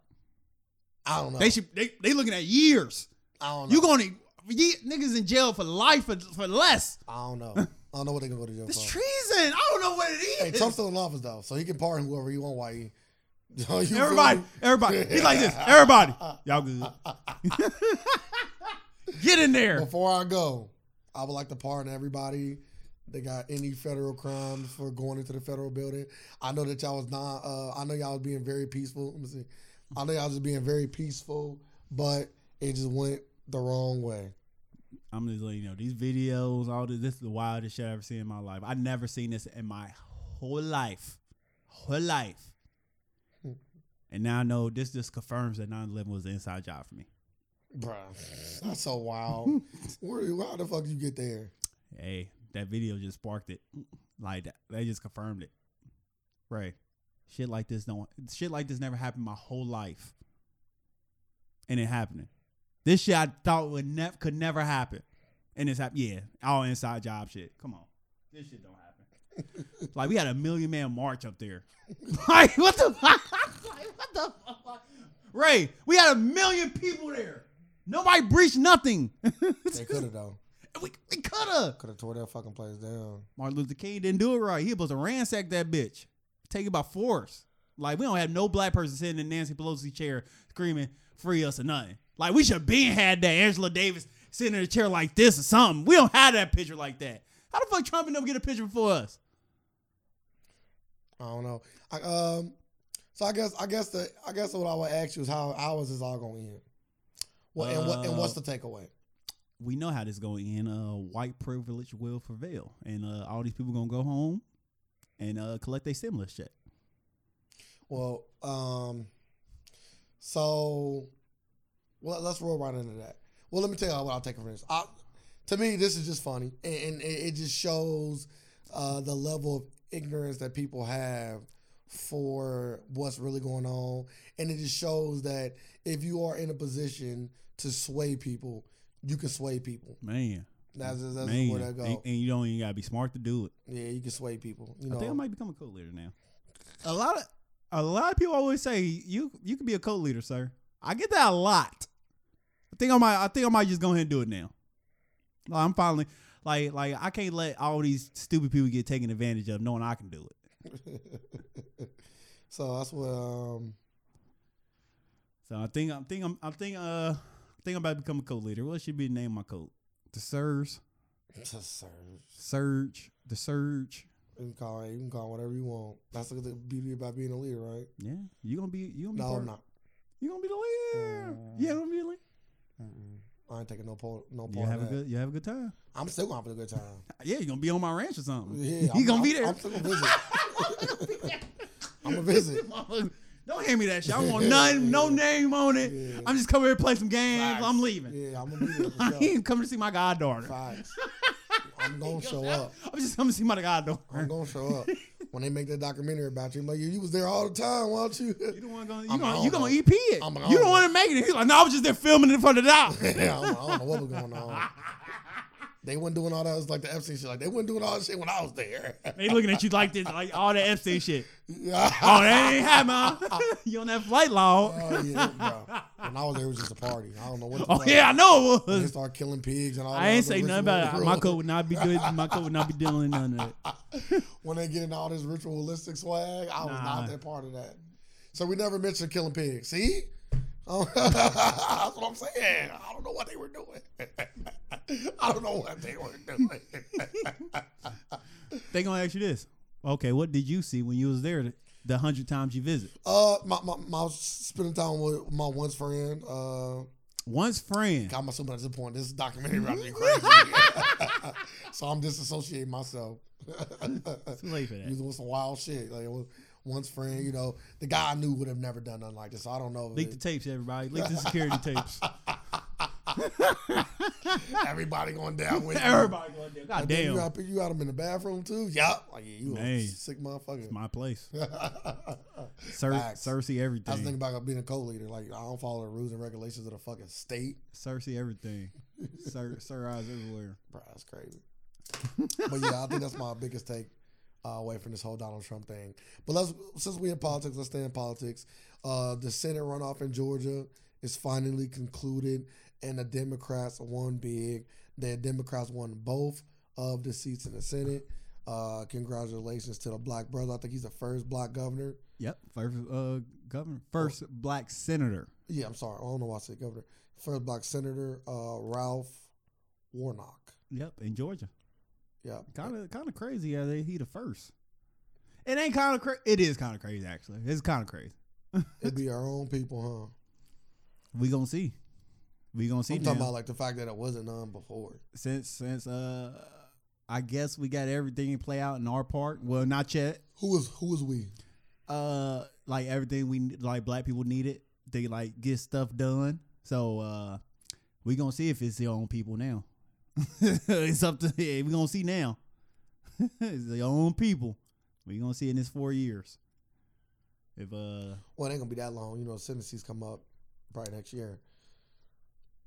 Speaker 2: I don't know.
Speaker 1: They should. They they looking at years.
Speaker 2: I don't know.
Speaker 1: You gonna ye, niggas in jail for life for, for less.
Speaker 2: I don't know. I don't know what they gonna go to jail
Speaker 1: It's
Speaker 2: for.
Speaker 1: treason. I don't know what
Speaker 2: uh, Hey,
Speaker 1: it is.
Speaker 2: Trump's still in office though, so he can pardon whoever he want. Why he? You feel me?
Speaker 1: everybody, everybody. He's like this. Everybody, y'all good. get in there.
Speaker 2: Before I go, I would like to pardon everybody that got any federal crimes for going into the federal building. I know that y'all was not. Uh, I know y'all was being very peaceful. Let me see. I know y'all was being very peaceful, but it just went the wrong way.
Speaker 1: I'm just letting you know these videos, all this. This is the wildest shit I ever seen in my life. I never seen this in my whole life, whole life. And now I know this just confirms that 9/11 was an inside job for me.
Speaker 2: Bruh, that's so wild. Where, how the fuck you get there?
Speaker 1: Hey, that video just sparked it. Like that, that just confirmed it. Right. Shit like this don't. Shit like this never happened my whole life. And it happening. This shit I thought would never could never happen, and it's happened. Yeah, all inside job shit. Come on, this shit don't happen. like we had a million man march up there. like what the fuck? like what the fuck? Ray, we had a million people there. Nobody breached nothing.
Speaker 2: They could have though.
Speaker 1: we we coulda.
Speaker 2: Could have tore that fucking place down.
Speaker 1: Martin Luther King didn't do it right. He was supposed to ransack that bitch, take it by force. Like we don't have no black person sitting in Nancy Pelosi chair screaming "free us" or nothing. Like we should been had that Angela Davis sitting in a chair like this or something. We don't have that picture like that. How the fuck Trump ended up get a picture for us?
Speaker 2: I don't know. I, um, so I guess I guess the I guess what I would ask you is how how is this all going to end? Well, and what and what's the takeaway?
Speaker 1: We know how this going to end. Uh, white privilege will prevail, and uh, all these people gonna go home and uh, collect their stimulus check.
Speaker 2: Well, um, so well, let's roll right into that. Well, let me tell you what I'll take from this. I, to me, this is just funny, and, and it, it just shows uh, the level of ignorance that people have for what's really going on, and it just shows that if you are in a position to sway people, you can sway people.
Speaker 1: Man,
Speaker 2: That's just, that's
Speaker 1: man,
Speaker 2: where that
Speaker 1: and,
Speaker 2: go.
Speaker 1: and you don't even gotta be smart to do it.
Speaker 2: Yeah, you can sway people. You
Speaker 1: I think I
Speaker 2: know,
Speaker 1: might become a co leader now. A lot of a lot of people always say you you can be a co leader, sir. I get that a lot. I think I might I think I might just go ahead and do it now. Like, I'm finally like like I can't let all these stupid people get taken advantage of knowing I can do it.
Speaker 2: so that's what. Um,
Speaker 1: So I think I'm think I'm I think uh I think I'm about to become a co leader. What should be the name of my coat? The Surge.
Speaker 2: to serve.
Speaker 1: Surge. The Surge.
Speaker 2: You can call it, you can call it whatever you want. That's the the beauty about being a leader, right?
Speaker 1: Yeah. You gonna be you gonna be
Speaker 2: No,
Speaker 1: part-
Speaker 2: I'm not.
Speaker 1: You gonna be the leader.
Speaker 2: Mm.
Speaker 1: Yeah, I'm gonna be the leader.
Speaker 2: Mm-mm. I ain't taking no part. No
Speaker 1: You
Speaker 2: part.
Speaker 1: have
Speaker 2: in
Speaker 1: a
Speaker 2: that.
Speaker 1: good you have a good time.
Speaker 2: I'm still gonna have a good time.
Speaker 1: Yeah, you're gonna be on my ranch or something.
Speaker 2: Yeah,
Speaker 1: you
Speaker 2: I'm,
Speaker 1: gonna
Speaker 2: I'm,
Speaker 1: be there.
Speaker 2: I'm still gonna visit. I'm gonna visit.
Speaker 1: Don't hand me that shit. I don't want nothing, no name on it.
Speaker 2: Yeah.
Speaker 1: I'm just coming here to play some games. I'm leaving.
Speaker 2: Yeah, I'm gonna be there. For
Speaker 1: I
Speaker 2: sure.
Speaker 1: ain't coming to see my goddaughter.
Speaker 2: Facts. I'm gonna show up.
Speaker 1: I'm just coming to see my
Speaker 2: I'm
Speaker 1: goddaughter.
Speaker 2: gonna show up when they make that documentary about you. Like you, you was there all the time, weren't you?
Speaker 1: You don't want to go.
Speaker 2: I'm
Speaker 1: You gonna,
Speaker 2: gone,
Speaker 1: you gonna
Speaker 2: though.
Speaker 1: EP it.
Speaker 2: I'm
Speaker 1: you don't
Speaker 2: gone.
Speaker 1: want to make it. He's like, no, I was just there filming it for the doc.
Speaker 2: I don't know what was going on. They weren't doing all that. It's like the FC shit. Like they weren't doing all that shit when I was there.
Speaker 1: They looking at you like this, like all that Epstein shit.
Speaker 2: oh,
Speaker 1: Oh, that ain't happening. huh? you on that flight log?
Speaker 2: yeah, bro. When I was there, it was just a party. I don't know what. The
Speaker 1: Oh
Speaker 2: fuck.
Speaker 1: yeah, I know it
Speaker 2: When They
Speaker 1: was.
Speaker 2: start killing pigs and all.
Speaker 1: I
Speaker 2: that
Speaker 1: ain't
Speaker 2: other
Speaker 1: say nothing about it.
Speaker 2: ritual-
Speaker 1: My coat would not be good. My coat would not be dealing with none of that.
Speaker 2: when they get into all this ritualistic swag, I was
Speaker 1: Nah.
Speaker 2: not that part of that. So we never mentioned killing pigs. See? Oh, That's what I'm saying. I don't know what they were doing. I don't know what they were doing.
Speaker 1: They gonna ask you this. Okay, what did you see when you was there? The, the hundred times you visit.
Speaker 2: uh, my, my, my I was spending time with my once friend. Uh,
Speaker 1: Once friend.
Speaker 2: God, I'm assuming at this point this documentary about to be crazy. so I'm disassociating myself.
Speaker 1: Too late for
Speaker 2: You
Speaker 1: that.
Speaker 2: doing some wild shit. Like once friend, you know, the guy I knew would have never done nothing like this. So I don't know. if
Speaker 1: Leak
Speaker 2: it-
Speaker 1: the tapes, everybody. Leak the security tapes.
Speaker 2: Everybody going down with you.
Speaker 1: Everybody going there. God
Speaker 2: And then You
Speaker 1: damn.
Speaker 2: gotta pick you out him in the bathroom too. Yup. Like yeah, you a
Speaker 1: Man.
Speaker 2: sick motherfucker.
Speaker 1: My place.
Speaker 2: I
Speaker 1: Cer-
Speaker 2: Facts.
Speaker 1: Cersei
Speaker 2: was thinking
Speaker 1: everything.
Speaker 2: about being a co-leader. Like I don't follow the rules and regulations of the fucking state.
Speaker 1: Cersei everything. Sir, Sir eyes everywhere.
Speaker 2: Bro, that's crazy. but yeah, I think that's my biggest take uh, away from this whole Donald Trump thing. But let's since we in politics, let's stay in politics. Uh, the Senate runoff in Georgia is finally concluded, and the Democrats won big. The Democrats won both of the seats in the Senate. Uh, congratulations to the black brother. I think he's the first black governor.
Speaker 1: Yep. First uh, governor. First black senator.
Speaker 2: Yeah, I'm sorry. I don't know why I said governor. First black senator, uh, Ralph Warnock.
Speaker 1: Yep. In Georgia.
Speaker 2: Yeah.
Speaker 1: Kind of kind of crazy. Yeah, they, he the first. It ain't kind of crazy. It is kind of crazy actually. It's kind of crazy.
Speaker 2: It'd be our own people, huh?
Speaker 1: We gonna see. We gonna see
Speaker 2: I'm talking
Speaker 1: now.
Speaker 2: about like the fact that it wasn't on before.
Speaker 1: since since uh, I guess we got everything play out in our part. Well, not yet.
Speaker 2: Who was who was we?
Speaker 1: uh like everything we like black people need it they like get stuff done so uh we gonna see if it's their own people now it's up to yeah, we gonna see now it's their own people we gonna see in this four years if uh
Speaker 2: Well, it ain't gonna be that long. You know, sentences come up probably next year.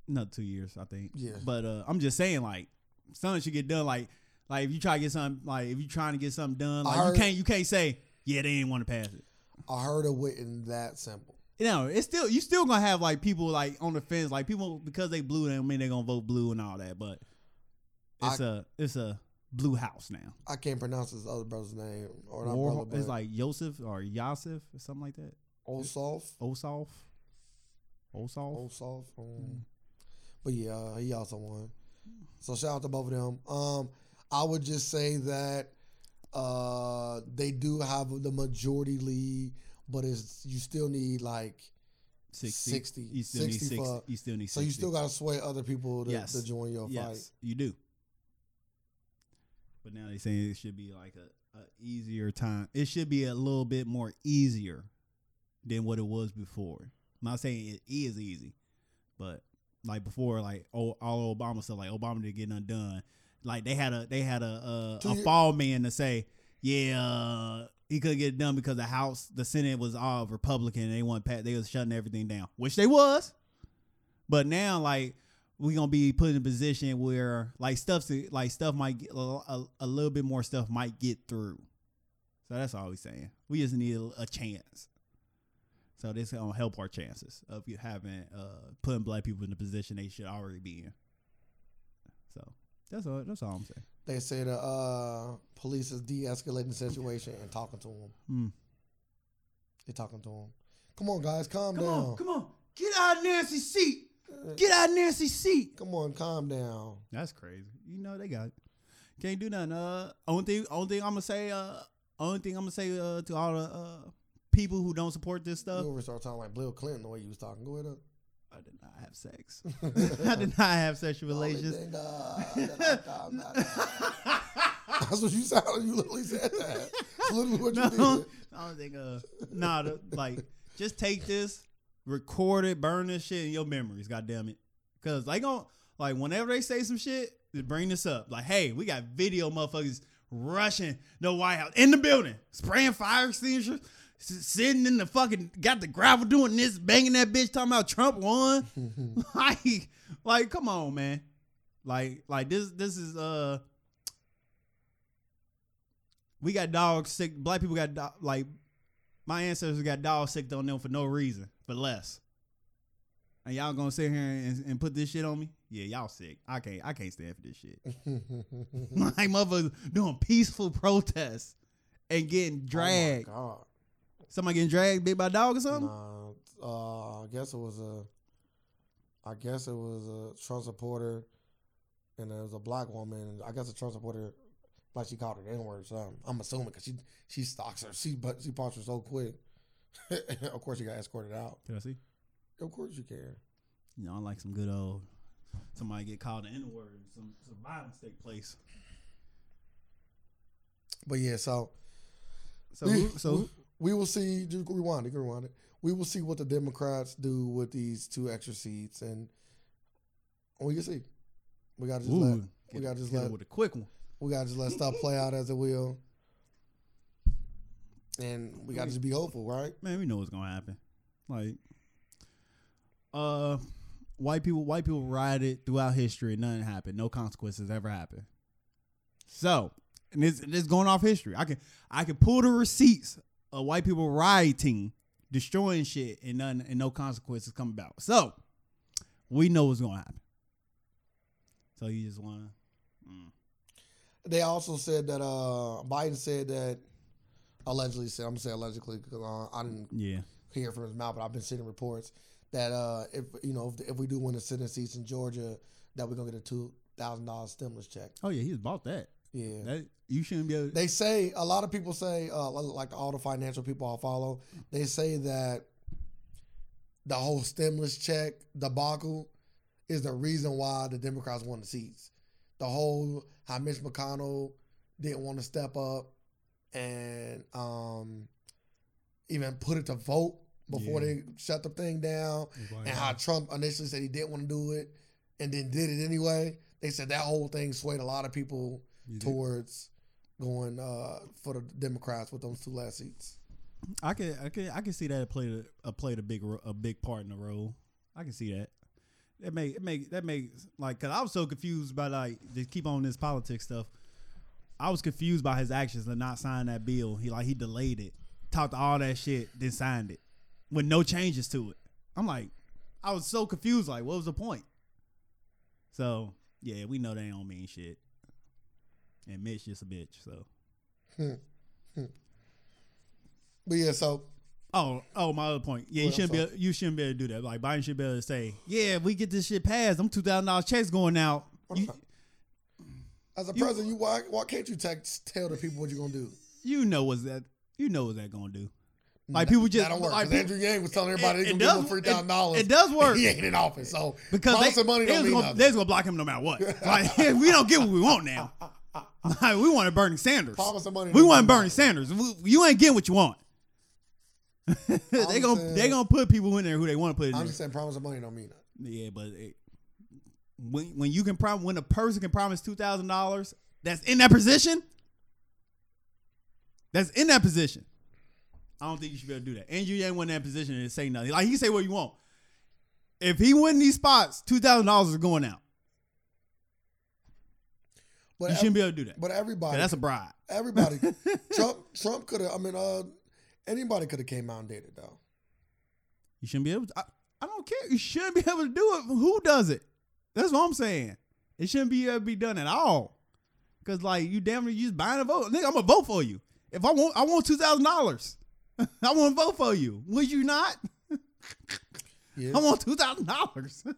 Speaker 1: not two years i think
Speaker 2: Yeah.
Speaker 1: but uh i'm just saying like something should get done like like if you try to get something like if you trying to get something done
Speaker 2: I
Speaker 1: like you
Speaker 2: heard-
Speaker 1: can't you can't say yeah they ain't want to pass it
Speaker 2: I heard it wasn't that simple.
Speaker 1: No, it's still you still gonna have like people like on the fence, like people because they blue, they don't mean they're gonna vote blue and all that. But it's a it's a blue house now.
Speaker 2: I can't pronounce his other brother's name or not
Speaker 1: War-
Speaker 2: brother, but
Speaker 1: it's like Yosef or Yosef or something like that.
Speaker 2: Osof.
Speaker 1: Osof, Osof.
Speaker 2: Osof. Um, But yeah, uh, he also won. So shout out to both of them. Um, I would just say that uh, they do have the majority lead, but it's you still need like
Speaker 1: 60.
Speaker 2: 60.
Speaker 1: You still need
Speaker 2: 60
Speaker 1: sixty.
Speaker 2: for-
Speaker 1: you still need
Speaker 2: so
Speaker 1: sixty.
Speaker 2: you still gotta sway other people to,
Speaker 1: Yes.
Speaker 2: to join your fight.
Speaker 1: yes, you do. But now they saying it should be like a, a easier time. It should be a little bit more easier than what it was before. I'm not saying it is easy, but like before, like oh, all Obama stuff, like Obama didn't get nothing done. Like they had a they had a
Speaker 2: Two
Speaker 1: a, a
Speaker 2: year-
Speaker 1: fall man to say, yeah, uh, he couldn't get it done because the House, the Senate was all Republican. And they want pat, they was shutting everything down, which they was. But now, like we gonna be put in a position where like stuff like stuff might get a, a, a little bit more stuff might get through. So that's all we saying. We just need a, a chance. So this gonna help our chances of you having uh putting black people in the position they should already be in. So that's all. That's all I'm saying.
Speaker 2: They say the uh, police is de-escalating the situation and talking to them.
Speaker 1: Hmm.
Speaker 2: They're talking to them. Come on, guys, calm
Speaker 1: Come
Speaker 2: down.
Speaker 1: on, come on, get out of Nancy's seat. Get out of Nancy's seat.
Speaker 2: Come on, calm down.
Speaker 1: That's crazy. You know they got can't do nothing. Uh, only thing, only thing I'm gonna say, uh, only thing I'm gonna say uh, to all the uh, people who don't support this
Speaker 2: You
Speaker 1: stuff.
Speaker 2: over start talking like Bill Clinton the way you was talking. Go ahead up.
Speaker 1: I did not have sex. I did not have sexual relations.
Speaker 2: uh, That's what you sounded. You literally said that. That's literally what you
Speaker 1: no,
Speaker 2: did.
Speaker 1: I don't think. Uh, nah, the- like just take this, record it, burn this shit in your memories. God damn it, because like on like whenever they say some shit, they bring this up. Like, hey, we got video motherfuckers rushing the White House in the building, spraying fire extinguishers. s- Sitting in the fucking got the gravel doing this, banging that bitch, talking about Trump won. like, like, come on, man. Like like this this is uh we got dogs sick. Black people got do- like my ancestors got dogs sick on them for no reason, for less. And y'all gonna sit here and, and put this shit on me? Yeah, y'all sick. I can't I can't stand for this shit. like motherfuckers doing peaceful protests and getting dragged.
Speaker 2: Oh
Speaker 1: Somebody getting dragged bit by a dog or
Speaker 2: my God.
Speaker 1: something?
Speaker 2: Nah, uh, I guess it was a, I guess it was a Trump supporter, and it was a black woman. I guess a Trump supporter, like she called her N word. So I'm assuming because she she stalks her, she but she pops her so quick. of course, you got escorted out.
Speaker 1: Can I see?
Speaker 2: Of course, you can.
Speaker 1: You know, I like some good old somebody get called an N word, some some violence take place.
Speaker 2: But yeah, so
Speaker 1: So who, so who-
Speaker 2: we will see. Just rewind it. Rewind it. We will see what the Democrats do with these two extra seats, and we can see. We gotta just let
Speaker 1: Ooh,
Speaker 2: we
Speaker 1: get-
Speaker 2: gotta just
Speaker 1: get
Speaker 2: let
Speaker 1: with a quick one.
Speaker 2: we gotta just let stuff play out as it will, and we gotta just be hopeful, right?
Speaker 1: Man, we know what's gonna happen. Like, uh, white people, white people rioted throughout history. Nothing happened. No consequences ever happened. So, and this this going off history. I can I can pull the receipts of white people rioting, destroying shit, and none and no consequences come about. So, we know what's gonna happen. So you just wanna. Mm.
Speaker 2: They also said that uh Biden said that allegedly said I'm gonna say allegedly because uh, I didn't
Speaker 1: Yeah,
Speaker 2: hear from his mouth, but I've been seeing reports that uh, if you know if, if we do win the Senate seats in Georgia, that we're gonna get a two thousand dollars stimulus check.
Speaker 1: Oh yeah, he's bought that.
Speaker 2: Yeah,
Speaker 1: That you shouldn't be able. To,
Speaker 2: they say a lot of people say uh, like all the financial people I follow, they say that the whole stimulus check debacle is the reason why the Democrats won the seats. The whole how Mitch McConnell didn't want to step up and um, even put it to vote before
Speaker 1: Yeah.
Speaker 2: they shut the thing down and how Trump initially said he didn't want to do it and then did it anyway. They said that whole thing swayed a lot of people
Speaker 1: You think-
Speaker 2: towards going uh, for the Democrats with those two last seats.
Speaker 1: I could, I could, I could see that played a, a played a big ro- a big part in the role. I can see that. That make it make that makes like because I was so confused by like just keep on this politics stuff. I was confused by his actions to not sign that bill. He like he delayed it, talked all that shit, then signed it with no changes to it. I'm like, I was so confused. Like, what was the point? So yeah, we know they don't mean shit, and Mitch just a bitch. So
Speaker 2: But yeah, so
Speaker 1: Oh, oh, my other point. Yeah, you
Speaker 2: What, I'm
Speaker 1: shouldn't be. You shouldn't be able to do that. Like Biden should be able to say, "Yeah, we get this shit passed. Them two thousand dollars checks going out." You,
Speaker 2: as a
Speaker 1: You-
Speaker 2: president, you why why can't you text, tell the people what you're gonna do?
Speaker 1: you know what's that? You know what that gonna do? Like people just
Speaker 2: that don't work.
Speaker 1: like
Speaker 2: 'cause Andrew Yang was telling everybody
Speaker 1: it-
Speaker 2: he's
Speaker 1: it
Speaker 2: gonna give
Speaker 1: does-
Speaker 2: them three thousand dollars.
Speaker 1: it- it does work.
Speaker 2: He ain't in office, so
Speaker 1: because they,
Speaker 2: promise and money
Speaker 1: they
Speaker 2: don't
Speaker 1: was
Speaker 2: mean
Speaker 1: gonna,
Speaker 2: nothing.
Speaker 1: they was gonna block him no matter what. like we don't get what we want now. Like we wanted Bernie Sanders.
Speaker 2: Promise and money.
Speaker 1: We
Speaker 2: don't
Speaker 1: want
Speaker 2: mean
Speaker 1: Bernie
Speaker 2: nothing.
Speaker 1: Sanders. We- you ain't getting what you want. they
Speaker 2: I'm
Speaker 1: gonna
Speaker 2: saying-
Speaker 1: they gonna put people in there who they want to put in
Speaker 2: I'm
Speaker 1: there.
Speaker 2: just saying, promise and money don't mean nothing.
Speaker 1: Yeah, but it, when when you can prom when a person can promise two thousand dollars that's in that position, that's in that position. I don't think you should be able to do that. Andrew Yang went in that position and say nothing. Like he say what you want. If he win these spots, two thousand dollars is going out.
Speaker 2: But
Speaker 1: You
Speaker 2: ev-
Speaker 1: shouldn't be able to do that.
Speaker 2: but everybody,
Speaker 1: 'Cause That's a bribe.
Speaker 2: everybody, Trump, Trump could have. I mean, uh, anybody could have came out and did it though.
Speaker 1: You shouldn't be able to. I, I don't care. You shouldn't be able to do it. Who does it? That's what I'm saying. It shouldn't be able to be done at all. Cause like you damn near you just buying a vote. Nigga, I'm gonna vote for you. If I want I want two thousand dollars. I wanna vote for you. Would you not?
Speaker 2: Yeah.
Speaker 1: I want two thousand dollars.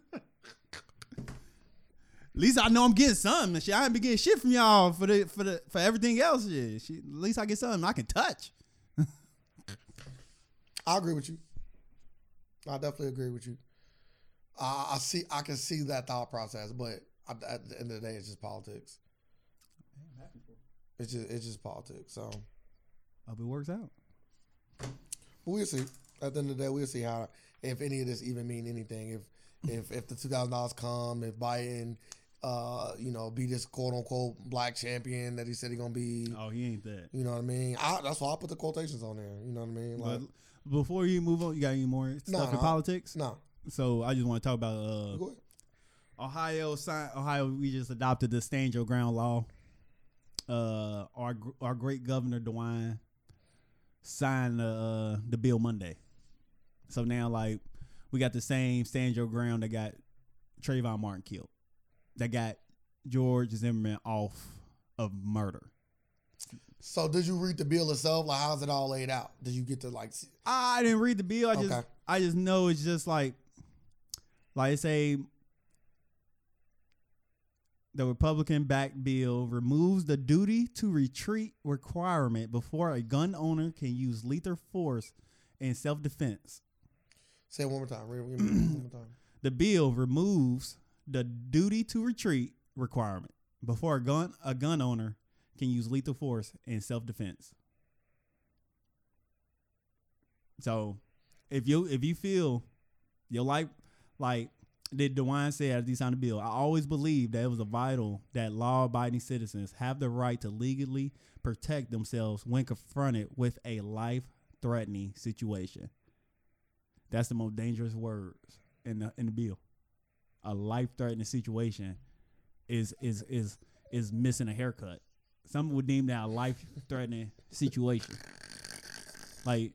Speaker 1: At least I know I'm getting something. Shit, I ain't be getting shit from y'all for the for the for everything else. Yeah, shit, at least I get something I can touch.
Speaker 2: I agree with you. I definitely agree with you. I, I see. I can see that thought process, but at, at the end of the day, it's just politics. It's just it's just politics. So
Speaker 1: Hope it works out.
Speaker 2: but we'll see. At the end of the day, we'll see how if any of this even mean anything. If if if the two thousand dollars come, if Biden, uh, you know, be this quote unquote black champion that he said he gonna be.
Speaker 1: Oh, he ain't that.
Speaker 2: You know what I mean? I, that's why I put the quotations on there. You know what I mean? Like,
Speaker 1: But before you move on, you got any more stuff
Speaker 2: No,
Speaker 1: in
Speaker 2: no.
Speaker 1: politics?
Speaker 2: no,
Speaker 1: So I just want to talk about uh,
Speaker 2: go ahead.
Speaker 1: Ohio sign Ohio we just adopted the stand your ground law. Uh our gr- our great governor DeWine signed uh the bill Monday. So now like we got the same stand your ground that got Trayvon Martin killed. That got George Zimmerman off of murder.
Speaker 2: So did you read the bill itself? Like how's it all laid out? Did you get to like see-
Speaker 1: I didn't read the bill. I just
Speaker 2: Okay.
Speaker 1: I just know it's just like like say the Republican backed bill removes the duty to retreat requirement before a gun owner can use lethal force in self defense.
Speaker 2: say it one more time? Read it one more time.
Speaker 1: The bill removes the duty to retreat requirement before a gun a gun owner can use lethal force in self defense. So, if you if you feel your life like did DeWine say as he signed the bill, I always believed that it was vital that law abiding citizens have the right to legally protect themselves when confronted with a life threatening situation. That's the most dangerous words in the in the bill. A life threatening situation is is is is missing a haircut. Some would deem that a life threatening situation. Like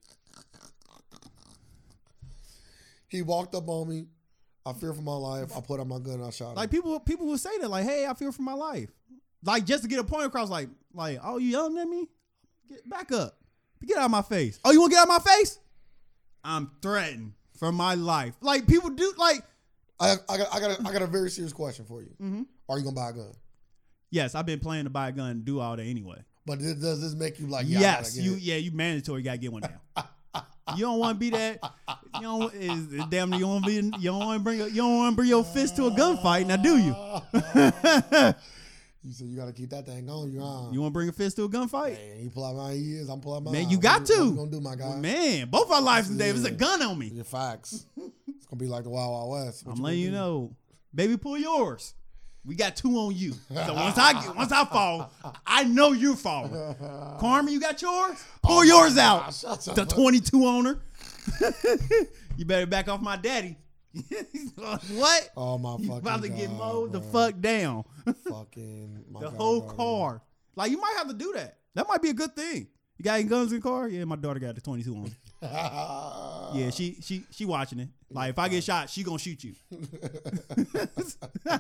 Speaker 2: He walked up on me. I fear for my life. I put out my gun. I shot
Speaker 1: like
Speaker 2: him.
Speaker 1: people people would say that like, hey, I fear for my life. Like just to get a point across, like like oh you yelling at me, get back up, get out of my face. Oh you want to get out of my face? I'm threatened for my life. Like people do like
Speaker 2: I, I got I got a, I got a very serious question for you.
Speaker 1: Mhm.
Speaker 2: Are you gonna buy a gun?
Speaker 1: yes, I've been playing to buy a gun and do all that anyway.
Speaker 2: But this, does this make you like? Yeah, I
Speaker 1: yes,
Speaker 2: gotta get
Speaker 1: you
Speaker 2: it?
Speaker 1: yeah, you mandatory gotta get one now. you don't want to be that. You don't is is damn. near You don't be. You don't want to bring. A, you don't want to bring your fist to a gunfight. Now do you?
Speaker 2: you said you gotta keep that thing on. You're on.
Speaker 1: you want to bring a fist to a gunfight?
Speaker 2: Man, you pull out my ears. I'm pulling out my.
Speaker 1: Man,
Speaker 2: eyes.
Speaker 1: you got
Speaker 2: What you-
Speaker 1: to.
Speaker 2: What you gonna do, my guy?
Speaker 1: Well, man, both our lives today If it's a
Speaker 2: Yeah.
Speaker 1: gun on me.
Speaker 2: Your facts. it's gonna be like the Wild Wild West. What
Speaker 1: I'm letting
Speaker 2: gonna
Speaker 1: you
Speaker 2: do?
Speaker 1: know, baby, pull yours. We got two on you. So once I get, once I fall, I know you falling. Carmen, you got yours. Pull yours out.
Speaker 2: Ah, shut
Speaker 1: the
Speaker 2: up.
Speaker 1: 22 owner. you better back off my daddy. what?
Speaker 2: oh my fucking.
Speaker 1: You about to get
Speaker 2: God,
Speaker 1: mowed the
Speaker 2: bro.
Speaker 1: fuck down.
Speaker 2: Fucking. my
Speaker 1: the
Speaker 2: God,
Speaker 1: whole
Speaker 2: bro.
Speaker 1: car. Like you might have to do that. That might be a good thing. You got any guns in the car? Yeah, my daughter got the 22 on. Yeah, she she she watching it. Like if I get shot, she gonna shoot you.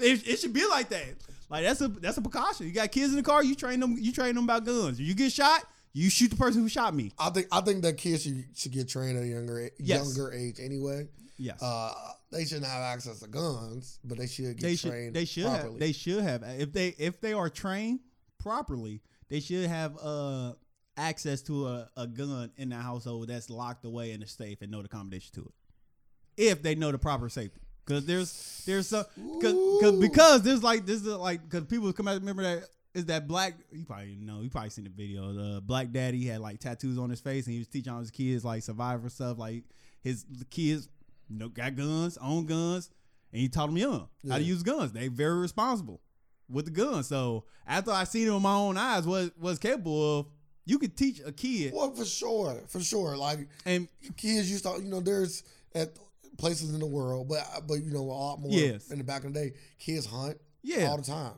Speaker 1: it, it should be like that. Like that's a that's a precaution. You got kids in the car. You train them. You train them about guns. You get shot. You shoot the person who shot me.
Speaker 2: I think I think that kids should, should get trained at a younger
Speaker 1: Yes.
Speaker 2: younger age anyway.
Speaker 1: Yes.
Speaker 2: Uh, they shouldn't have access to guns, but they should get
Speaker 1: they
Speaker 2: trained.
Speaker 1: should they should have
Speaker 2: properly.
Speaker 1: they should have if they if they are trained properly they should have uh access to a, a gun in their household that's locked away in a safe and know the combination to it if they know the proper safety because there's there's some cause, 'cause-
Speaker 2: Ooh.
Speaker 1: because there's like this is like because people come out remember that is that black you probably know you probably seen the video the black daddy had like tattoos on his face and he was teaching all his kids like survivor stuff like his kids you know, got guns own guns and he taught them young how to
Speaker 2: Yeah.
Speaker 1: use guns. They very responsible with the gun. So after I seen it with my own eyes, what was capable of, you could teach a kid
Speaker 2: Well, for sure, for sure. Like
Speaker 1: and
Speaker 2: kids used to, you know, there's at places in the world, but but you know, a lot more
Speaker 1: Yes.
Speaker 2: in the back of the day, kids hunt
Speaker 1: yeah,
Speaker 2: all the time.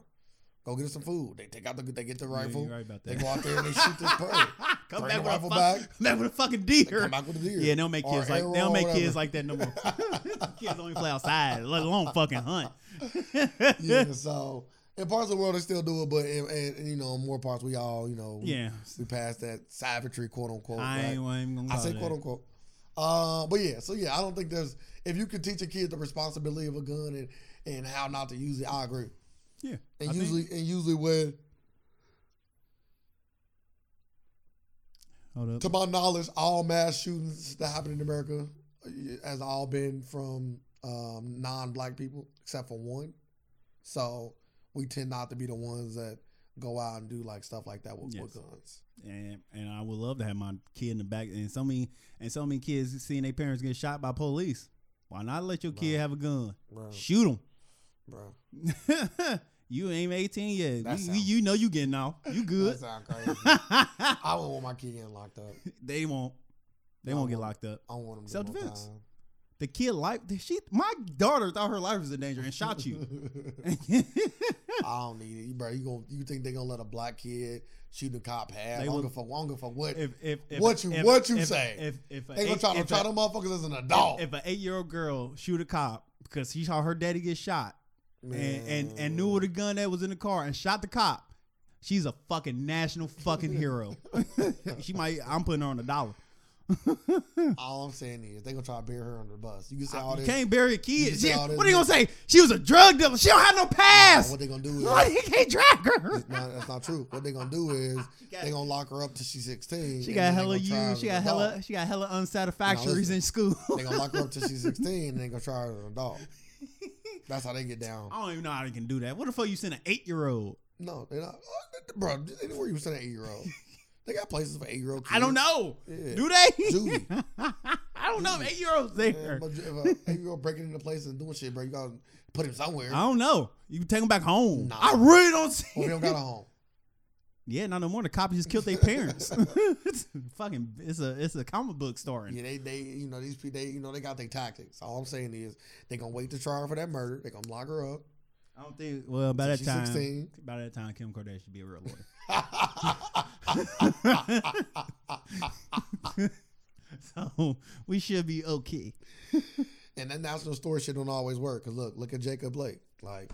Speaker 2: Go get us some food. They take out the they get the
Speaker 1: Yeah, you're
Speaker 2: rifle.
Speaker 1: right about
Speaker 2: They
Speaker 1: that.
Speaker 2: go out there and they shoot this bird.
Speaker 1: come back
Speaker 2: Bring the
Speaker 1: with, a
Speaker 2: rifle
Speaker 1: fuck,
Speaker 2: back.
Speaker 1: back with a fucking
Speaker 2: They
Speaker 1: deer.
Speaker 2: come back with a deer.
Speaker 1: Yeah, they don't make
Speaker 2: or
Speaker 1: kids like
Speaker 2: arrow
Speaker 1: they don't
Speaker 2: or
Speaker 1: make kids
Speaker 2: whatever.
Speaker 1: like that no more. kids only play outside, let alone fucking hunt.
Speaker 2: yeah. So in parts of the world they still do it, but in, in, in, you know in more parts we all you know we-
Speaker 1: yeah,
Speaker 2: we passed that savagery quote unquote.
Speaker 1: I
Speaker 2: right?
Speaker 1: ain't, I ain't gonna.
Speaker 2: I
Speaker 1: call
Speaker 2: say
Speaker 1: it
Speaker 2: quote
Speaker 1: that.
Speaker 2: unquote. Uh, but yeah, so yeah, I don't think there's if you can teach a kid the responsibility of a gun and and how not to use it, I agree.
Speaker 1: Yeah,
Speaker 2: And
Speaker 1: I think-
Speaker 2: usually and usually when
Speaker 1: hold up.
Speaker 2: to my knowledge, all mass shootings that happened in America uh, has all been from um, non-black people, except for one. So we tend not to be the ones that go out and do like stuff like that with, with
Speaker 1: Yes.
Speaker 2: guns.
Speaker 1: and and I would love to have my kid in the back. And so many and so many kids seeing their parents get shot by police. Why not let your kid
Speaker 2: Right. Oh.
Speaker 1: have a gun?
Speaker 2: Bro,
Speaker 1: Shoot
Speaker 2: bro,
Speaker 1: him. you ain't eighteen yet.
Speaker 2: That
Speaker 1: You-
Speaker 2: sound-
Speaker 1: you, you know you getting off. You
Speaker 2: that
Speaker 1: good?
Speaker 2: sound crazy. I wouldn't want my kid getting locked up.
Speaker 1: they won't. They
Speaker 2: I
Speaker 1: won't get
Speaker 2: want-
Speaker 1: locked up.
Speaker 2: I don't want him to
Speaker 1: Self-defense.
Speaker 2: Time.
Speaker 1: The kid life. She, my daughter thought her life was in danger and shot you.
Speaker 2: I don't need it, bro. You going you think they gonna let a black kid shoot a cop half?
Speaker 1: They
Speaker 2: Longer
Speaker 1: will-
Speaker 2: for longer for what?
Speaker 1: if, if, if
Speaker 2: What you-
Speaker 1: if-
Speaker 2: what you
Speaker 1: if-
Speaker 2: say?
Speaker 1: If if, a
Speaker 2: they gonna
Speaker 1: eight-
Speaker 2: try to
Speaker 1: if
Speaker 2: try
Speaker 1: a-
Speaker 2: them motherfuckers as an
Speaker 1: if,
Speaker 2: adult.
Speaker 1: if an eight year old girl shoot a cop because she saw her daddy get shot and, and and knew
Speaker 2: Man.
Speaker 1: with a gun that was in the car and shot the cop, she's a fucking national fucking hero. she might. I'm putting her on a dollar.
Speaker 2: All I'm saying is they gonna try to bury her under the bus. You can say all
Speaker 1: You
Speaker 2: this.
Speaker 1: can't bury a kid.
Speaker 2: just
Speaker 1: She-
Speaker 2: said all this
Speaker 1: what are you gonna
Speaker 2: bull-
Speaker 1: say? She was a drug dealer. She don't have no
Speaker 2: Nah,
Speaker 1: past.
Speaker 2: uh, what they gonna do is
Speaker 1: Like, he can't drag her.
Speaker 2: no, that's not true. What they gonna do is
Speaker 1: got-
Speaker 2: they gonna lock her up till she's 16.
Speaker 1: She got
Speaker 2: and then they
Speaker 1: hella
Speaker 2: gonna try her
Speaker 1: you.
Speaker 2: as
Speaker 1: She
Speaker 2: an
Speaker 1: got hella.
Speaker 2: adult.
Speaker 1: She got hella unsatisfactories
Speaker 2: listen.
Speaker 1: in school.
Speaker 2: They gonna lock her up till she's 16 and they gonna try her as an adult. That's how they get down.
Speaker 1: I don't even know how they can do that. What the fuck you send an eight year old?
Speaker 2: No, they're not. uh, Bro, anywhere you send an eight year old, they got places for eight year old.
Speaker 1: I don't know.
Speaker 2: Yeah.
Speaker 1: Do they?
Speaker 2: Judy.
Speaker 1: I don't know.
Speaker 2: Judy.
Speaker 1: Eight year olds
Speaker 2: Yeah,
Speaker 1: there.
Speaker 2: but if an eight year old breaking into place and doing shit, bro, you gotta put him somewhere.
Speaker 1: I don't know. You can take them back home.
Speaker 2: Nah.
Speaker 1: I really don't see.
Speaker 2: Or we don't got a home.
Speaker 1: Yeah, not no more. The cops just killed their parents. it's fucking. It's a. It's a comic book story.
Speaker 2: Yeah, they, they, you know, these people, they, you know, they got their tactics. All I'm saying is they gonna wait to try her for that murder. They gonna lock her up.
Speaker 1: I don't think. Well, by that
Speaker 2: She's
Speaker 1: time,
Speaker 2: 16.
Speaker 1: by that time, Kim Kardashian should be a real lawyer. so we should be okay.
Speaker 2: and that national story shit don't always work. Cause look, look at Jacob Blake. Like,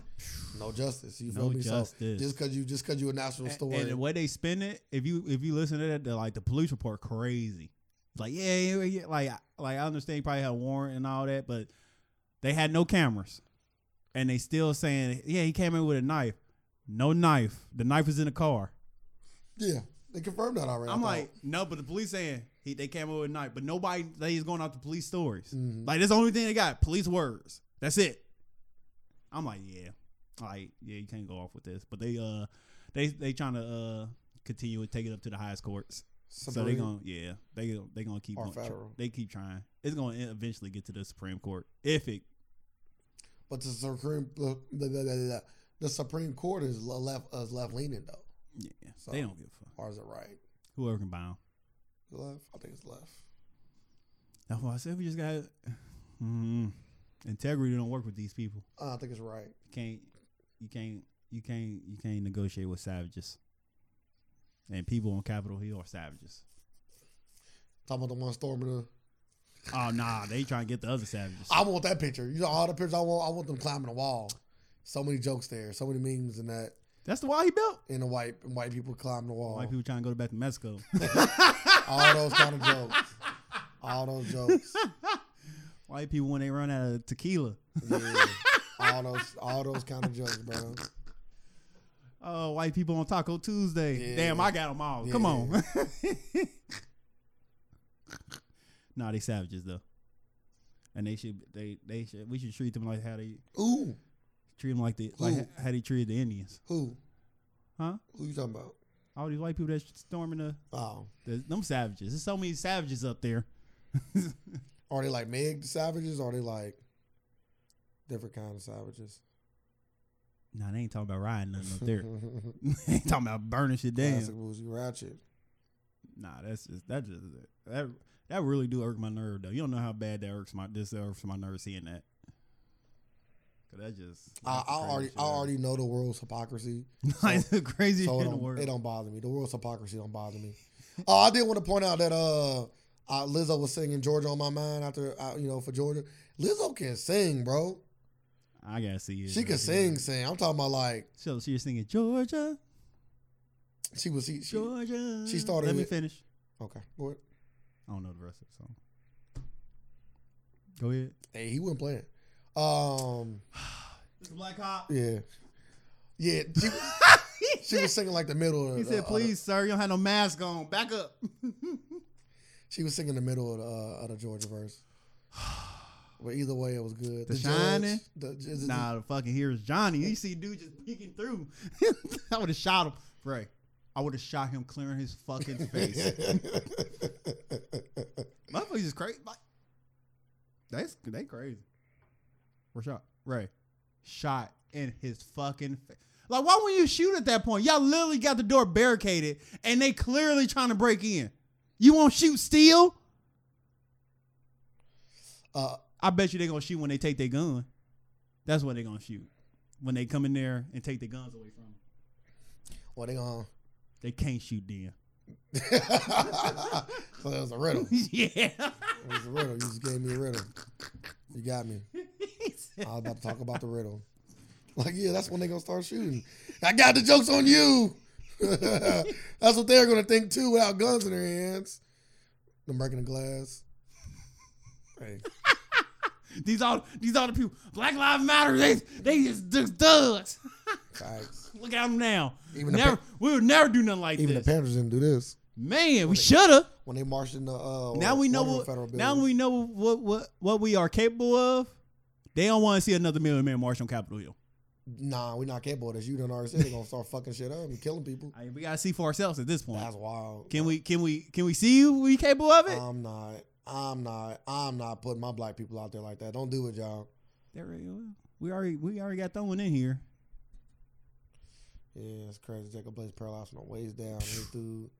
Speaker 2: no justice. You feel
Speaker 1: No
Speaker 2: me?
Speaker 1: justice.
Speaker 2: So just cause you, just cause you a national
Speaker 1: And,
Speaker 2: story.
Speaker 1: the way they spin it, if you if you listen to that, the, like the police report, crazy. It's like yeah, yeah, yeah, like like I understand you probably had a warrant and all that, but they had no cameras, and they still saying yeah he came in with a knife. No knife. The knife was in the car.
Speaker 2: yeah, they confirmed that already.
Speaker 1: I'm like no, but the police saying he they came in with a knife, but nobody they is going out the police stories.
Speaker 2: Mhm.
Speaker 1: Like that's the only thing they got. Police words. That's it. I'm like, yeah. Like, yeah, you can't go off with this. But they uh they they trying to uh continue and take it up to the highest courts. So they
Speaker 2: Supreme.
Speaker 1: gonna yeah, they gon- they gonna keep
Speaker 2: Or
Speaker 1: on,
Speaker 2: federal.
Speaker 1: they keep trying. It's gonna eventually get to the Supreme Court. If it
Speaker 2: But the Supreme the, the, the, the, the Supreme Court is le- left is left leaning though,
Speaker 1: yeah,
Speaker 2: So-
Speaker 1: they don't give a fuck.
Speaker 2: or is it right?
Speaker 1: Whoever can buy them.
Speaker 2: Left, I think it's left.
Speaker 1: That's why I said we just got mm, integrity don't work with these people.
Speaker 2: Uh, I think it's right.
Speaker 1: You can't you can't you can't you can't negotiate with savages. And people on Capitol Hill are savages.
Speaker 2: Talking about the one storming the.
Speaker 1: Oh nah, they trying to get the other savages.
Speaker 2: I want that picture. You know all the pictures I want. I want them climbing the wall. So many jokes there. So many memes in that.
Speaker 1: That's the wall he built.
Speaker 2: In the white and white people climbing the wall.
Speaker 1: White people trying to go back to Mexico.
Speaker 2: All those kind of jokes. All those jokes.
Speaker 1: White people when they run out of tequila.
Speaker 2: Yeah. all those all those kind of jokes, bro.
Speaker 1: Oh, white people on Taco Tuesday.
Speaker 2: Yeah.
Speaker 1: Damn, I got them all. Come
Speaker 2: Yeah.
Speaker 1: on. nah, they savages though, and they should they they should we should treat them like how they
Speaker 2: Ooh,
Speaker 1: treat them like the like
Speaker 2: Who?
Speaker 1: how they treated the Indians,
Speaker 2: who?
Speaker 1: huh?
Speaker 2: Who you talking about?
Speaker 1: All these white people that's storming the,
Speaker 2: Oh,
Speaker 1: the them savages. There's so many savages up there.
Speaker 2: are they like Meg the Savages? Or are they like different kind of savages?
Speaker 1: Nah, they ain't talking about riding nothing up there. they ain't talking about burning shit down.
Speaker 2: Classic Boozy Ratchet.
Speaker 1: Nah, that's just that just that that really do irk my nerve though. You don't know how bad that irks my this irks my nerve seeing that. Cause that just that's
Speaker 2: I,
Speaker 1: the
Speaker 2: I
Speaker 1: craziest
Speaker 2: already
Speaker 1: shit
Speaker 2: I already know the world's hypocrisy,
Speaker 1: ever. It's the craziest
Speaker 2: so it
Speaker 1: shit in the
Speaker 2: don't,
Speaker 1: world.
Speaker 2: it don't bother me. The world's hypocrisy don't bother me. Oh, I did want to point out that uh, uh, Lizzo was singing Georgia on my mind after uh, you know for Georgia. Lizzo can sing, bro.
Speaker 1: I gotta see it.
Speaker 2: She can sing, sing. I'm talking about like
Speaker 1: So she was singing Georgia,
Speaker 2: she was she, she
Speaker 1: Georgia.
Speaker 2: she started
Speaker 1: Let me
Speaker 2: it-
Speaker 1: finish.
Speaker 2: okay. Go ahead.
Speaker 1: I don't know the rest of the song. Go ahead.
Speaker 2: Hey, he wasn't playing. Um,
Speaker 1: It's Black Hawk.
Speaker 2: yeah, yeah. She, she was singing like the middle. Of
Speaker 1: He
Speaker 2: the- uh,
Speaker 1: said,
Speaker 2: of the-
Speaker 1: "Please, sir, you don't have no mask on. Back up."
Speaker 2: she was singing the middle of the, uh, of the Georgia verse. But either way, it was good.
Speaker 1: The
Speaker 2: judge-
Speaker 1: Shining?
Speaker 2: the- is it-
Speaker 1: Nah, the fucking here's Johnny. You see, dude just peeking through. I would have shot him, Ray. I would have shot him, clearing his fucking face. Motherfuckers is crazy. Like, that's they crazy. Or shot Ray, shot in his fucking face. Like, why wouldn't you shoot at that point? Y'all literally got the door barricaded, and they clearly trying to break in. You won't shoot still?
Speaker 2: uh,
Speaker 1: I bet you they're gonna shoot when they take their gun. That's when they're gonna shoot when they come in there and take their guns away from them.
Speaker 2: Well, they on.
Speaker 1: They can't shoot then.
Speaker 2: so that was a riddle.
Speaker 1: yeah.
Speaker 2: It was a riddle. You just gave me a riddle. You got me. I was about to talk about the riddle. Like, yeah, that's when they gonna start shooting. I got the jokes on you. that's what they're gonna think too, without guns in their hands. Them breaking the glass. Hey,
Speaker 1: these all these all the people. Black Lives Matter. They they just, just thugs.
Speaker 2: facts.
Speaker 1: Look at them now.
Speaker 2: Even the
Speaker 1: never
Speaker 2: pa-
Speaker 1: we would never do nothing like
Speaker 2: Even
Speaker 1: this.
Speaker 2: the Panthers didn't do this
Speaker 1: Man, we shoulda.
Speaker 2: when they marched in the. Uh,
Speaker 1: Now we know
Speaker 2: Washington
Speaker 1: what.
Speaker 2: Federal
Speaker 1: Now
Speaker 2: Building.
Speaker 1: we know what what what we are capable of. They don't want to see another million man march on Capitol Hill.
Speaker 2: Nah, we not capable of this. You done already said they gonna start fucking shit up and killing people.
Speaker 1: I mean, we gotta see for ourselves at this point.
Speaker 2: That's Uh-huh. wild.
Speaker 1: Can we can we can we see we capable of it?
Speaker 2: I'm not. I'm not. I'm not putting my black people out there like that. Don't do it, y'all.
Speaker 1: There we go. We already we already got thrown in here.
Speaker 2: Yeah, it's crazy. Jacob Blaze paralyzed from the waist down. This dude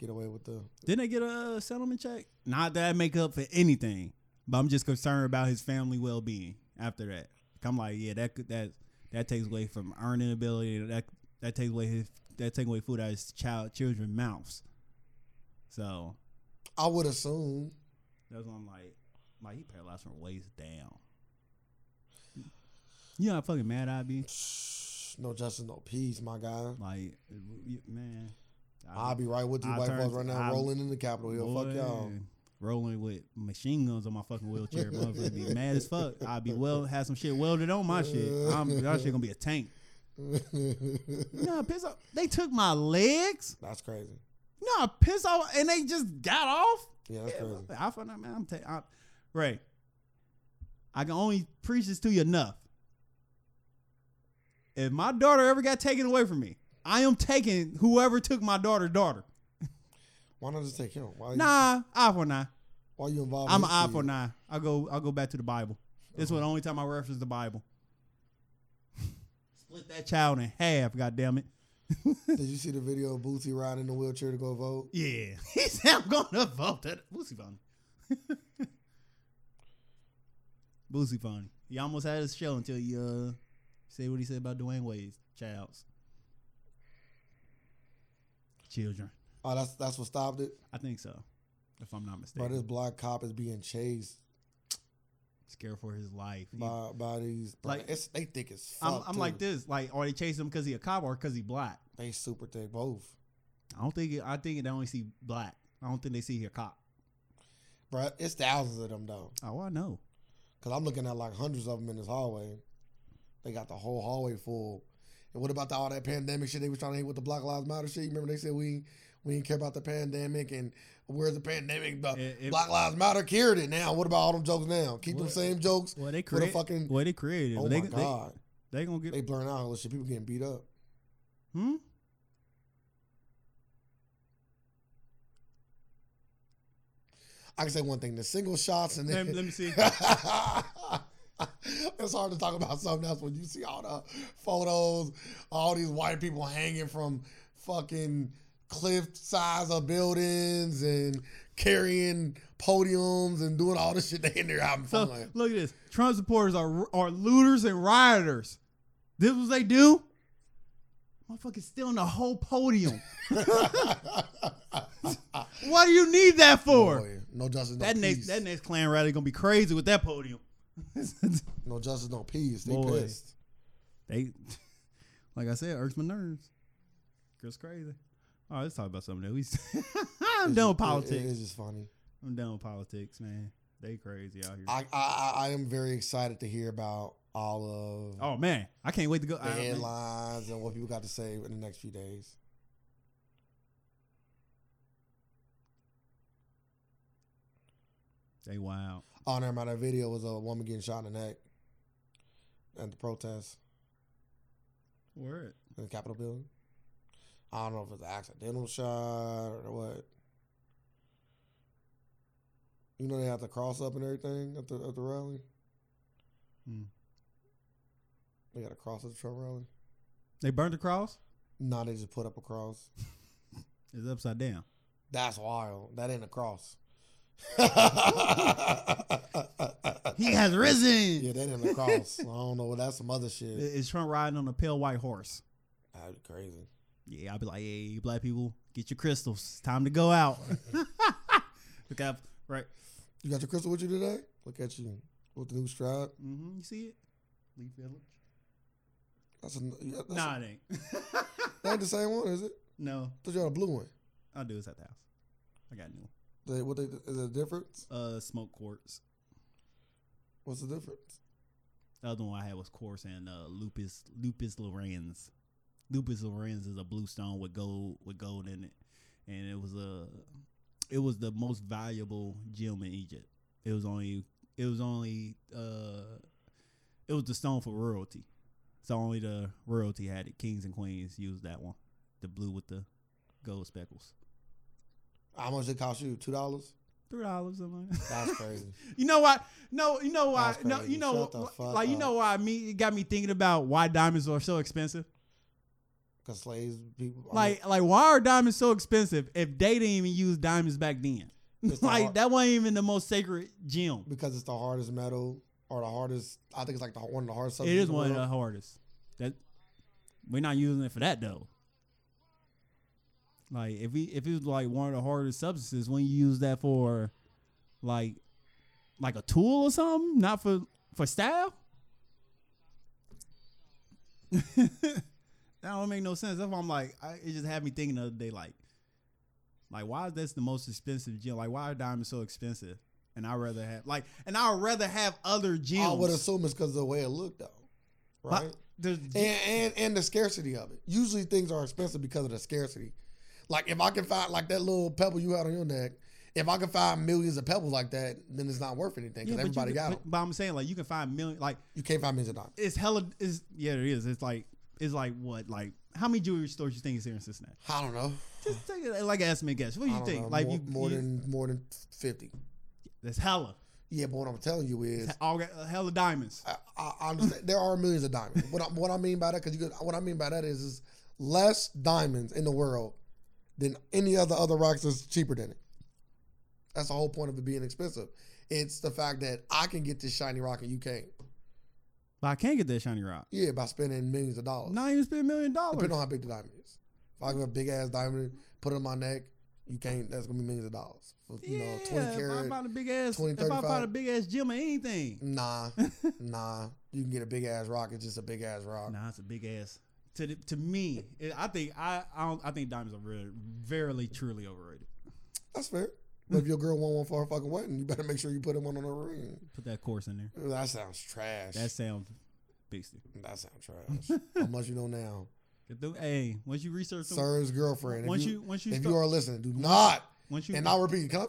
Speaker 2: get away with the.
Speaker 1: Didn't they get a settlement check? Not that I make up for anything, but I'm just concerned about his family well being after that. I'm like, yeah, that could, that that takes away from earning ability. That that takes away his that takes away food out of his child children mouths. So
Speaker 2: I would assume.
Speaker 1: That's why I'm like, like he paralyzed from waist down. You know how fucking mad I'd be?
Speaker 2: No justice, no peace, my guy.
Speaker 1: Like, you- man.
Speaker 2: I'll be right with you,
Speaker 1: I
Speaker 2: white
Speaker 1: turned-
Speaker 2: folks, right now,
Speaker 1: I-
Speaker 2: rolling in the Capitol Hill. Fuck y'all.
Speaker 1: boy, Rolling with machine guns on my fucking wheelchair, motherfucker, be mad as fuck. I'd be well, have some shit welded on my shit. I'm, that shit gonna be a tank. No, piss off. They took my legs.
Speaker 2: That's crazy.
Speaker 1: No, piss off, and they just got off.
Speaker 2: Yeah, that's
Speaker 1: Yeah,
Speaker 2: crazy.
Speaker 1: I found out, man. I'm, ta- I'm Ray. I can only preach this to you enough. If my daughter ever got taken away from me, I am taking whoever took my daughter daughter.
Speaker 2: Why not just take him? Why,
Speaker 1: Nah, eye for an eye.
Speaker 2: why you involved?
Speaker 1: I'm
Speaker 2: in
Speaker 1: an
Speaker 2: this
Speaker 1: eye
Speaker 2: shit?
Speaker 1: for an eye. I'll go. I'll go back to the Bible. This is the only time I reference the Bible. Split that child in half. God damn it.
Speaker 2: Did you see the video of Bootsy riding in the wheelchair to go vote?
Speaker 1: Yeah, he said I'm gonna vote that Boosie Funny. Boosie Funny. He almost had his show until he uh said what he said about Dwayne Wade's childs. Children.
Speaker 2: Oh, that's that's what stopped it.
Speaker 1: I think so. If I'm not mistaken.
Speaker 2: Bro, this black cop is being chased
Speaker 1: Scared for his life. He-
Speaker 2: by by these. Bro,
Speaker 1: Like-
Speaker 2: it's, they thick as fuck.
Speaker 1: I'm, I'm
Speaker 2: too.
Speaker 1: like this. Like, are they chasing him because he a cop or because he black?
Speaker 2: They super thick both.
Speaker 1: I don't think. It, I think they only see black. I don't think they see a cop.
Speaker 2: Bro, it's thousands of them though.
Speaker 1: Oh, I know.
Speaker 2: Cause I'm looking at like hundreds of them in this hallway. They got the whole hallway full. And what about the, all that pandemic shit they was trying to hit with the Black Lives Matter shit? Remember they said we we didn't care about the pandemic and where's the pandemic? But
Speaker 1: It- it-
Speaker 2: Black Lives Matter cured it now. What about all them jokes now? Keep them
Speaker 1: What-
Speaker 2: same jokes.
Speaker 1: Well, they
Speaker 2: What a
Speaker 1: create.
Speaker 2: fucking
Speaker 1: Well, they created.
Speaker 2: oh
Speaker 1: they,
Speaker 2: my
Speaker 1: they,
Speaker 2: god!
Speaker 1: they gonna get.
Speaker 2: They, blurring out all this shit. People getting beat up.
Speaker 1: Hmm?
Speaker 2: I can say one thing: the single shots and
Speaker 1: Let,
Speaker 2: then
Speaker 1: let me see.
Speaker 2: it's hard to talk about something else when you see all the photos, all these white people hanging from fucking cliff sides of buildings and carrying podiums and doing all this shit. They in there having
Speaker 1: So
Speaker 2: fun.
Speaker 1: look at this. Trump supporters are are looters and rioters. This was they do. Motherfucker's stealing the whole podium. What do you need that for?
Speaker 2: Boy, no justice, no
Speaker 1: that
Speaker 2: peace.
Speaker 1: next that next Klan rally gonna be crazy with that podium.
Speaker 2: no justice, no peace. They
Speaker 1: Boy.
Speaker 2: pissed.
Speaker 1: they, like I said, irks my nerves. It's crazy. All right, let's talk about something else. I'm
Speaker 2: It's
Speaker 1: done with
Speaker 2: just- It, it
Speaker 1: politics.
Speaker 2: is just funny.
Speaker 1: I'm done with politics, man. They crazy out here.
Speaker 2: I, I I I am very excited to hear about all of
Speaker 1: oh man, I can't wait to go.
Speaker 2: the
Speaker 1: I- man.
Speaker 2: headlines and what people got to say in the next few days.
Speaker 1: they wild.
Speaker 2: Oh, never mind. That video was a woman getting shot in the neck at the protest
Speaker 1: Word.
Speaker 2: in the Capitol building. I don't know if it's an accidental shot or what. You know they have to cross up and everything at the at the rally.
Speaker 1: Hmm.
Speaker 2: They got to cross at the Trump rally.
Speaker 1: They burned the cross.
Speaker 2: No, they just put up a cross.
Speaker 1: It's upside down.
Speaker 2: That's wild. That ain't a cross.
Speaker 1: He has risen.
Speaker 2: Yeah, that in the cross. I don't know. That's some other shit.
Speaker 1: It's Trump riding on a pale white horse.
Speaker 2: That'd be crazy.
Speaker 1: Yeah, I'll be like, hey, black people, get your crystals. It's time to go out. Look out, right?
Speaker 2: You got your crystal with you today? Look at you with the new strap.
Speaker 1: hmm You see it? Lee Village?
Speaker 2: That's a, yeah, that's
Speaker 1: Nah, it ain't.
Speaker 2: that ain't the same one, is it?
Speaker 1: no,
Speaker 2: Thought you had a blue one.
Speaker 1: I'll do this at the house. I got a new. one.
Speaker 2: They, what they, is there a difference?
Speaker 1: Uh, smoke quartz.
Speaker 2: What's the difference?
Speaker 1: The other one I had was quartz and uh, lupus lupus lorenz. Lupus lorenz is a blue stone with gold with gold in it, and it was a it was the most valuable gem in Egypt. It was only it was only uh it was the stone for royalty. So only the royalty had it. Kings and queens used that one, the blue with the gold speckles.
Speaker 2: How much it cost you? Two dollars?
Speaker 1: Three dollars something. like that.
Speaker 2: That's crazy.
Speaker 1: You know why? No, you know why?
Speaker 2: That's
Speaker 1: No,
Speaker 2: crazy.
Speaker 1: you know,
Speaker 2: Shut the fuck
Speaker 1: like you
Speaker 2: up.
Speaker 1: know why? Me, it got me thinking about why diamonds are so expensive.
Speaker 2: Cause slaves, people. I
Speaker 1: Like, like why are diamonds so expensive if they didn't even use diamonds back then?
Speaker 2: mean, it's the
Speaker 1: like
Speaker 2: har-
Speaker 1: that wasn't even the most sacred gem.
Speaker 2: because it's the hardest metal or the hardest. I think it's like the one of the hardest.
Speaker 1: It is one of the hardest. That we're not using it for that though. Like if we if it was like one of the hardest substances, when you use that for like like a tool or something, not for for style. that don't make no sense. That's why I'm like, I, it just had me thinking the other day, like, like why is this the most expensive gem? Like, why are diamonds so expensive? And I rather have like, and I would rather have other gems.
Speaker 2: I would assume it's because of the way it looked, though,
Speaker 1: But
Speaker 2: right?
Speaker 1: there's-
Speaker 2: and, and and the scarcity of it. Usually things are expensive because of the scarcity. Like if I can find like that little pebble you had on your neck, if I can find millions of pebbles like that, then it's not worth anything
Speaker 1: Yeah,
Speaker 2: because
Speaker 1: but you
Speaker 2: everybody
Speaker 1: can-
Speaker 2: got
Speaker 1: but-
Speaker 2: them.
Speaker 1: But I'm saying like you can find million like
Speaker 2: You can't find millions of dollars.
Speaker 1: it's hella is yeah it is. It's like it's like what like how many jewelry stores you think is here in Cincinnati?
Speaker 2: I don't know.
Speaker 1: Just take it like an estimate guess. What do
Speaker 2: I
Speaker 1: you
Speaker 2: don't
Speaker 1: think?
Speaker 2: know.
Speaker 1: Like
Speaker 2: more,
Speaker 1: you
Speaker 2: more
Speaker 1: you-
Speaker 2: than more than fifty.
Speaker 1: that's hella
Speaker 2: Yeah, but what I'm telling you is,
Speaker 1: all got- hella diamonds.
Speaker 2: I, I I understand there are millions of diamonds. What I, what I mean by that, because what I mean by that is, is less diamonds in the world than any other other rocks is cheaper than it. That's the whole point of it being expensive. It's the fact that I can get this shiny rock and you can't.
Speaker 1: But I can't get that shiny rock.
Speaker 2: Yeah, by spending millions of dollars.
Speaker 1: Not even spend a million dollars.
Speaker 2: Depending on how big the diamond is. If I give a big ass diamond, put it on my neck, you can't. That's gonna be millions of dollars. For, you know,
Speaker 1: Yeah,
Speaker 2: twenty
Speaker 1: if I
Speaker 2: carat. Mm.
Speaker 1: find a big ass,
Speaker 2: 20,
Speaker 1: if I find a
Speaker 2: 35.
Speaker 1: big ass gem or anything,
Speaker 2: Nah, nah. You can get a big ass rock. It's just a big ass rock.
Speaker 1: nah, it's a big ass. To the, to me, it, I think I I, don't, I think diamonds are really, verily truly overrated.
Speaker 2: That's fair. But if your girl want one for her fucking wedding, you better make sure you put him one on her ring.
Speaker 1: Put that course in there.
Speaker 2: That sounds trash.
Speaker 1: That sounds beastie.
Speaker 2: that sounds trash. How much you know now?
Speaker 1: If the- Hey, once you research them,
Speaker 2: Sir's girlfriend. If
Speaker 1: once
Speaker 2: you,
Speaker 1: you, once you
Speaker 2: if
Speaker 1: start,
Speaker 2: you are listening, do not
Speaker 1: once you
Speaker 2: and I'll repeat, can I,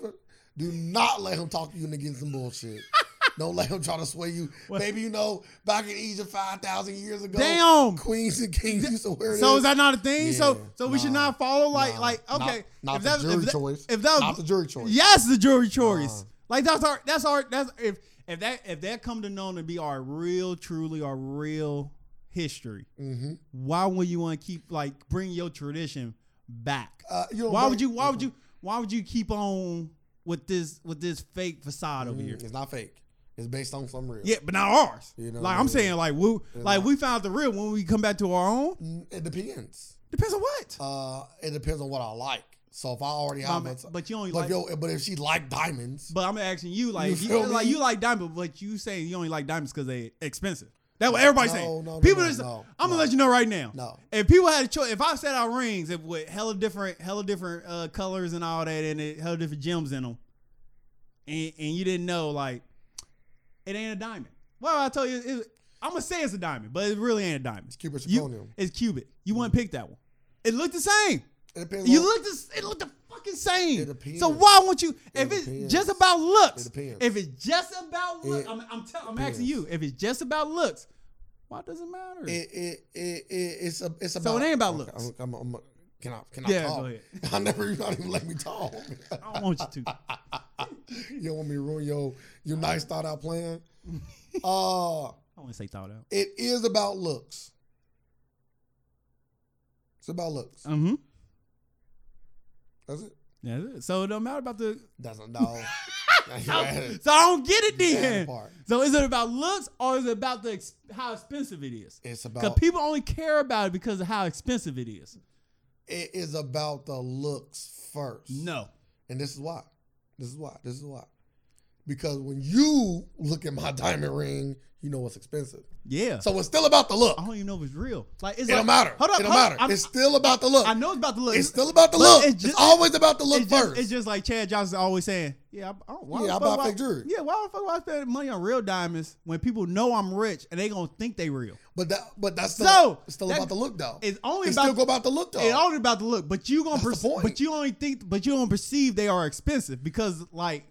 Speaker 2: do not let him talk you into getting some bullshit. Don't let him try to sway you.
Speaker 1: What?
Speaker 2: Baby, you know, back in Egypt five thousand years ago,
Speaker 1: damn.
Speaker 2: queens and kings used to wear
Speaker 1: So is
Speaker 2: this.
Speaker 1: that not a thing? so
Speaker 2: Yeah,
Speaker 1: so we should
Speaker 2: nah,
Speaker 1: not follow like
Speaker 2: Nah,
Speaker 1: like
Speaker 2: not-
Speaker 1: okay
Speaker 2: Not,
Speaker 1: if
Speaker 2: the
Speaker 1: that,
Speaker 2: jury
Speaker 1: if that,
Speaker 2: choice.
Speaker 1: if that was
Speaker 2: not the jury choice.
Speaker 1: yes the jury choice
Speaker 2: Nah.
Speaker 1: like that's our that's our that's if if that if that come to known to be our real truly our real history
Speaker 2: Mm-hmm.
Speaker 1: why would you want to keep like bring your tradition back
Speaker 2: Uh, you know,
Speaker 1: why
Speaker 2: but-
Speaker 1: would you why would you why would you keep on with this with this fake facade over here
Speaker 2: It's not fake. It's based on some real.
Speaker 1: yeah but not ours
Speaker 2: You know,
Speaker 1: like I'm
Speaker 2: yeah.
Speaker 1: saying like we like
Speaker 2: not.
Speaker 1: we found the real when we come back to our own
Speaker 2: Mm, It depends.
Speaker 1: depends on what
Speaker 2: Uh, it depends on what I like. So if I already have,
Speaker 1: Um,
Speaker 2: a,
Speaker 1: but you only
Speaker 2: but
Speaker 1: like
Speaker 2: yo, but if she like diamonds,
Speaker 1: But I'm asking you, like,
Speaker 2: You
Speaker 1: if you,
Speaker 2: feel
Speaker 1: like
Speaker 2: me?
Speaker 1: you like diamonds, but you saying you only like diamonds because they expensive. That's what everybody's
Speaker 2: No,
Speaker 1: saying.
Speaker 2: no, no,
Speaker 1: people,
Speaker 2: no,
Speaker 1: just,
Speaker 2: no,
Speaker 1: I'm gonna
Speaker 2: no.
Speaker 1: let you know right now.
Speaker 2: No.
Speaker 1: If people had a choice, if I set out rings if with hella different, hella different uh, colors and all that, and it hella different gems in them, and and you didn't know, like, it ain't a diamond. Well, I tell you, it, I'm gonna say it's a diamond, but it really ain't a diamond.
Speaker 2: Cuban
Speaker 1: You,
Speaker 2: zirconium.
Speaker 1: it's cubic. You wouldn't pick that one. It looked the same.
Speaker 2: It depends.
Speaker 1: You
Speaker 2: Mm. on,
Speaker 1: look this. It looked the fucking same.
Speaker 2: It depends.
Speaker 1: So why won't you? If
Speaker 2: It
Speaker 1: it's
Speaker 2: depends.
Speaker 1: just about looks,
Speaker 2: It depends.
Speaker 1: if it's just about looks,
Speaker 2: It
Speaker 1: I'm I'm, tell, I'm asking you. If it's just about looks, why does it matter?
Speaker 2: It, it, it, it, it's a, it's about.
Speaker 1: it ain't about
Speaker 2: Okay,
Speaker 1: looks.
Speaker 2: I'm, I'm, I'm, can I, can I
Speaker 1: Yeah,
Speaker 2: talk?
Speaker 1: go ahead.
Speaker 2: I never, you don't even let me talk.
Speaker 1: I don't want you to.
Speaker 2: you don't want me to ruin your, your nice thought out plan. Uh,
Speaker 1: I want to say thought out.
Speaker 2: it is about looks. It's about looks.
Speaker 1: Mm-hmm.
Speaker 2: That's it.
Speaker 1: Yeah. So it don't matter about the. oh,
Speaker 2: Doesn't no. added-
Speaker 1: so I don't get it
Speaker 2: you added a
Speaker 1: then.
Speaker 2: part.
Speaker 1: So is it about looks or is it about the ex- how expensive it is?
Speaker 2: It's
Speaker 1: Because
Speaker 2: about
Speaker 1: people only care about it because of how expensive it is.
Speaker 2: it is about the looks first.
Speaker 1: No.
Speaker 2: And this is why. This is why. This is why. Because when you look at my diamond ring, you know it's expensive.
Speaker 1: Yeah.
Speaker 2: So it's still about the look.
Speaker 1: I don't even know if it's real. Like it's
Speaker 2: It don't
Speaker 1: like-
Speaker 2: matter.
Speaker 1: Oh, Hold up,
Speaker 2: it don't
Speaker 1: hold up.
Speaker 2: matter.
Speaker 1: I'm-
Speaker 2: it's still about the look.
Speaker 1: I know it's about the look.
Speaker 2: it's still about the
Speaker 1: but
Speaker 2: look.
Speaker 1: it's
Speaker 2: It's,
Speaker 1: just-
Speaker 2: always about the look
Speaker 1: it's
Speaker 2: first.
Speaker 1: just, it's just like Chad Johnson always saying, "Yeah, I, I don't, why
Speaker 2: Yeah,
Speaker 1: the
Speaker 2: I
Speaker 1: fuck
Speaker 2: buy
Speaker 1: would
Speaker 2: fake jewelry.
Speaker 1: Yeah, why the fuck would I spend money on real diamonds when people know I'm rich and they gonna think they real?
Speaker 2: but that, but that's still,
Speaker 1: So,
Speaker 2: it's still
Speaker 1: that-
Speaker 2: about the look though.
Speaker 1: It's only
Speaker 2: It's
Speaker 1: about
Speaker 2: still go about the look though.
Speaker 1: It only about the look, but you gonna
Speaker 2: That's the
Speaker 1: perce-
Speaker 2: point.
Speaker 1: but you only think, but you don't perceive they are expensive because like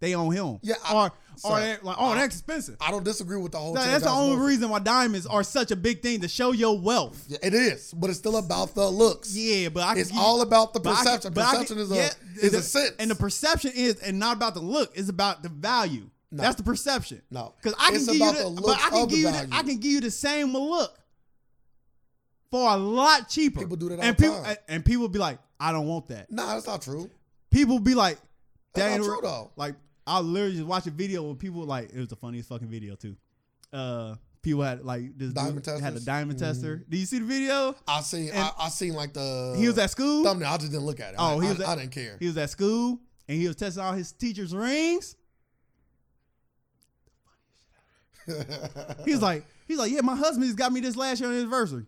Speaker 1: they on him.
Speaker 2: Yeah, I-
Speaker 1: or or
Speaker 2: sorry.
Speaker 1: they're like oh
Speaker 2: I-
Speaker 1: that's expensive.
Speaker 2: I don't disagree with the whole.
Speaker 1: Like,
Speaker 2: Ted
Speaker 1: that's the
Speaker 2: Johnson
Speaker 1: only
Speaker 2: bullshit.
Speaker 1: reason why diamonds are such a big thing to show your wealth.
Speaker 2: Yeah, it is, but it's still about the looks.
Speaker 1: Yeah, but I
Speaker 2: it's
Speaker 1: you-
Speaker 2: all about the
Speaker 1: but I can-
Speaker 2: perception.
Speaker 1: but I can-
Speaker 2: perception is a
Speaker 1: yeah,
Speaker 2: is
Speaker 1: the-
Speaker 2: a sense.
Speaker 1: and the perception is and not about the look. It's about the value.
Speaker 2: No.
Speaker 1: That's the perception.
Speaker 2: no,
Speaker 1: Because I can
Speaker 2: It's
Speaker 1: give you,
Speaker 2: about
Speaker 1: the,
Speaker 2: the
Speaker 1: but
Speaker 2: looks
Speaker 1: I can
Speaker 2: of the
Speaker 1: give you, the,
Speaker 2: value.
Speaker 1: I can give you the same look for a lot cheaper.
Speaker 2: People do that all
Speaker 1: and
Speaker 2: the
Speaker 1: people,
Speaker 2: time.
Speaker 1: And people be like, I don't want that.
Speaker 2: nah, that's not true.
Speaker 1: People be like,
Speaker 2: That's
Speaker 1: that
Speaker 2: not
Speaker 1: ain't
Speaker 2: true
Speaker 1: real.
Speaker 2: though.
Speaker 1: Like I literally just watch a video where people like it was the funniest fucking video too. Uh, people had like this
Speaker 2: Diamond
Speaker 1: dude had a
Speaker 2: testers?
Speaker 1: diamond
Speaker 2: Mm.
Speaker 1: tester. Do you see the video?
Speaker 2: I seen
Speaker 1: and-
Speaker 2: I, I seen like the
Speaker 1: he was at school.
Speaker 2: thumbnail. I just didn't look at it.
Speaker 1: Oh,
Speaker 2: I,
Speaker 1: he was
Speaker 2: I,
Speaker 1: at-
Speaker 2: I didn't care.
Speaker 1: He was at school and he was testing all his teacher's rings. He was like, he's like, yeah, my husband just got me this last year on his anniversary.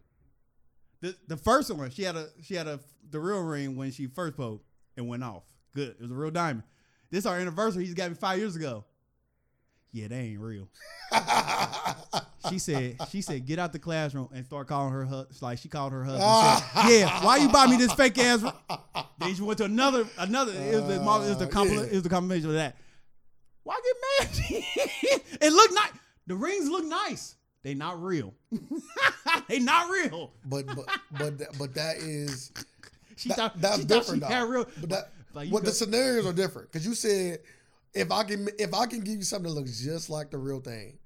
Speaker 1: The the first one, she had a she had a the real ring when she first posed and went off. Good, it was a real diamond. This our anniversary. He's got me five years ago. Yeah, that ain't real. She said she said get out the classroom and start calling her hus- like she called her husband. Said, yeah, why you buy me this fake ass? ri-" Then she went to another another. It was the, mo- it was the
Speaker 2: Uh,
Speaker 1: compliment.
Speaker 2: yeah.
Speaker 1: It was the combination of that. Why get mad? it looked nice. The rings look nice. They not real. they not real.
Speaker 2: but but but that- but that is
Speaker 1: She
Speaker 2: That-
Speaker 1: thought
Speaker 2: that's
Speaker 1: she thought
Speaker 2: different,
Speaker 1: She had
Speaker 2: though.
Speaker 1: real.
Speaker 2: but that
Speaker 1: Like, you
Speaker 2: what
Speaker 1: go-
Speaker 2: the scenarios are different because you said if I can if I can give you something that looks just like the real thing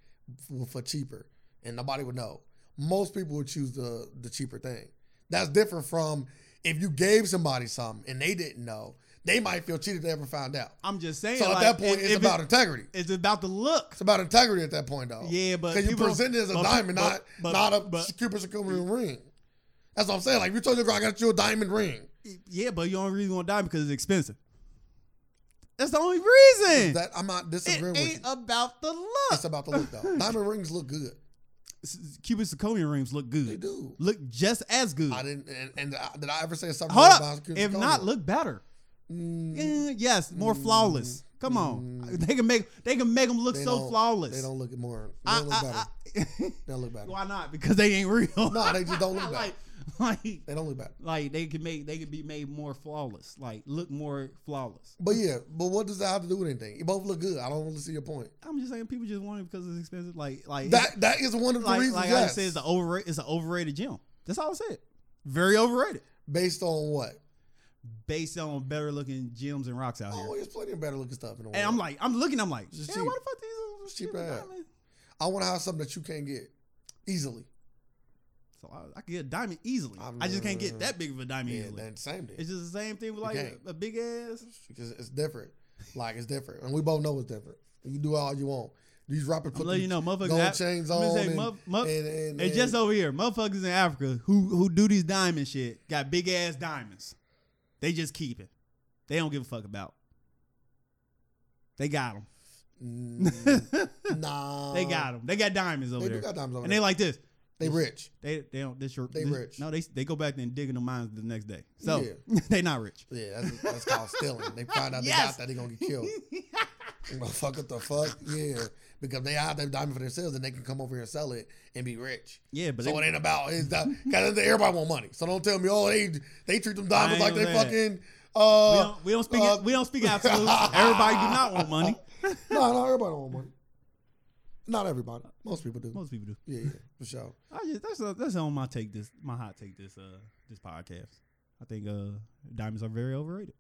Speaker 2: for, for cheaper and nobody would know. Most people would choose the the cheaper thing. That's different from if you gave somebody something and they didn't know, they might feel cheated if they ever found out.
Speaker 1: I'm just saying.
Speaker 2: So at
Speaker 1: like,
Speaker 2: that point,
Speaker 1: if-
Speaker 2: it's
Speaker 1: if
Speaker 2: about
Speaker 1: it,
Speaker 2: integrity.
Speaker 1: it's about the look.
Speaker 2: It's about integrity at that point, though.
Speaker 1: Yeah, but
Speaker 2: because you
Speaker 1: people-
Speaker 2: present it as a
Speaker 1: but-
Speaker 2: diamond,
Speaker 1: but-
Speaker 2: not
Speaker 1: but-
Speaker 2: not a
Speaker 1: but-
Speaker 2: Cupid circumference ring. That's what I'm saying. Like if you told your girl, I got you a diamond ring.
Speaker 1: Yeah, but you only reason want to die because it's expensive. That's the only reason.
Speaker 2: That I'm not disagreeing
Speaker 1: it
Speaker 2: with you.
Speaker 1: ain't about the look.
Speaker 2: It's about the look though. Diamond rings look good.
Speaker 1: S- Cuban zirconia rings look
Speaker 2: They
Speaker 1: good.
Speaker 2: do.
Speaker 1: Look just as good.
Speaker 2: I didn't. And, and I- did I ever say something?
Speaker 1: Hold
Speaker 2: about
Speaker 1: up.
Speaker 2: Cupid
Speaker 1: If
Speaker 2: zirconia?
Speaker 1: not, look better.
Speaker 2: Mm,
Speaker 1: Eh, yes, more flawless. Come on, they can make they can make them look
Speaker 2: they
Speaker 1: so
Speaker 2: don't-
Speaker 1: flawless.
Speaker 2: They don't look more. They
Speaker 1: I-
Speaker 2: don't look
Speaker 1: I-
Speaker 2: better.
Speaker 1: I-
Speaker 2: They don't look better.
Speaker 1: why not? Because they ain't real.
Speaker 2: No, they just don't look
Speaker 1: like,
Speaker 2: better.
Speaker 1: like
Speaker 2: They don't look better.
Speaker 1: like they can make they can be made more flawless. Like look more flawless.
Speaker 2: But yeah, but what does that have to do with anything? You both look good. I don't really see your point.
Speaker 1: I'm just saying people just want it because it's expensive. Like like
Speaker 2: That that is one of the
Speaker 1: like,
Speaker 2: reasons.
Speaker 1: like I
Speaker 2: yes.
Speaker 1: said, it's an overrated it's an overrated gym. That's all I said. Very overrated.
Speaker 2: based on what?
Speaker 1: Based on better looking gyms and rocks out
Speaker 2: Oh,
Speaker 1: here.
Speaker 2: there's plenty of better looking stuff in the world.
Speaker 1: And I'm like, I'm looking, I'm like,
Speaker 2: It's
Speaker 1: yeah,
Speaker 2: cheap.
Speaker 1: why the fuck these
Speaker 2: It's cheap
Speaker 1: cheaper
Speaker 2: as hell.
Speaker 1: diamonds?
Speaker 2: I want to have something that you can't get easily.
Speaker 1: So I, I could get a diamond easily. i
Speaker 2: I'm-
Speaker 1: just can't get that big of a diamond
Speaker 2: Yeah,
Speaker 1: easily.
Speaker 2: then same thing.
Speaker 1: It's just the same thing with
Speaker 2: You
Speaker 1: like a,
Speaker 2: can't.
Speaker 1: a big ass.
Speaker 2: Because it's different. Like it's different, and we both know it's different. You do all you want. These rappers
Speaker 1: I'm
Speaker 2: put
Speaker 1: letting you
Speaker 2: these
Speaker 1: know, motherfuckers.
Speaker 2: gold
Speaker 1: Af-
Speaker 2: chains
Speaker 1: I'm gonna
Speaker 2: on,
Speaker 1: say,
Speaker 2: and,
Speaker 1: muff- muff-
Speaker 2: and, and,
Speaker 1: It's just over here, motherfuckers in Africa who who do these diamond shit got big ass diamonds. They just keep it. They don't give a fuck about. They got them.
Speaker 2: Mm, nah.
Speaker 1: they got them. They got diamonds over
Speaker 2: Uh, They do
Speaker 1: there,
Speaker 2: got diamonds over
Speaker 1: and they
Speaker 2: there.
Speaker 1: like this.
Speaker 2: They rich.
Speaker 1: They they don't. This your,
Speaker 2: They
Speaker 1: this-
Speaker 2: rich.
Speaker 1: No, they they go back there and dig in the mines the next day. So they not rich.
Speaker 2: Yeah, that's, that's called stealing. They find out
Speaker 1: Yes.
Speaker 2: they got that, they gonna get killed. Motherfucker, what the fuck? Yeah, because they have that diamond for themselves, and they can come over here and sell it and be rich.
Speaker 1: yeah, but
Speaker 2: so
Speaker 1: they,
Speaker 2: it ain't about is that because everybody want money. So don't tell me, oh, they they treat them diamonds
Speaker 1: I
Speaker 2: like
Speaker 1: ain't
Speaker 2: they
Speaker 1: gonna say
Speaker 2: fucking.
Speaker 1: we
Speaker 2: Uh,
Speaker 1: don't we don't speak
Speaker 2: uh,
Speaker 1: we don't speak absolutes. Everybody do not want money.
Speaker 2: no, not everybody want money. Not everybody. Most people do.
Speaker 1: Most people do.
Speaker 2: Yeah, yeah, for sure.
Speaker 1: I just that's uh, that's on my take this my hot take this uh this podcast. I think uh diamonds are very overrated.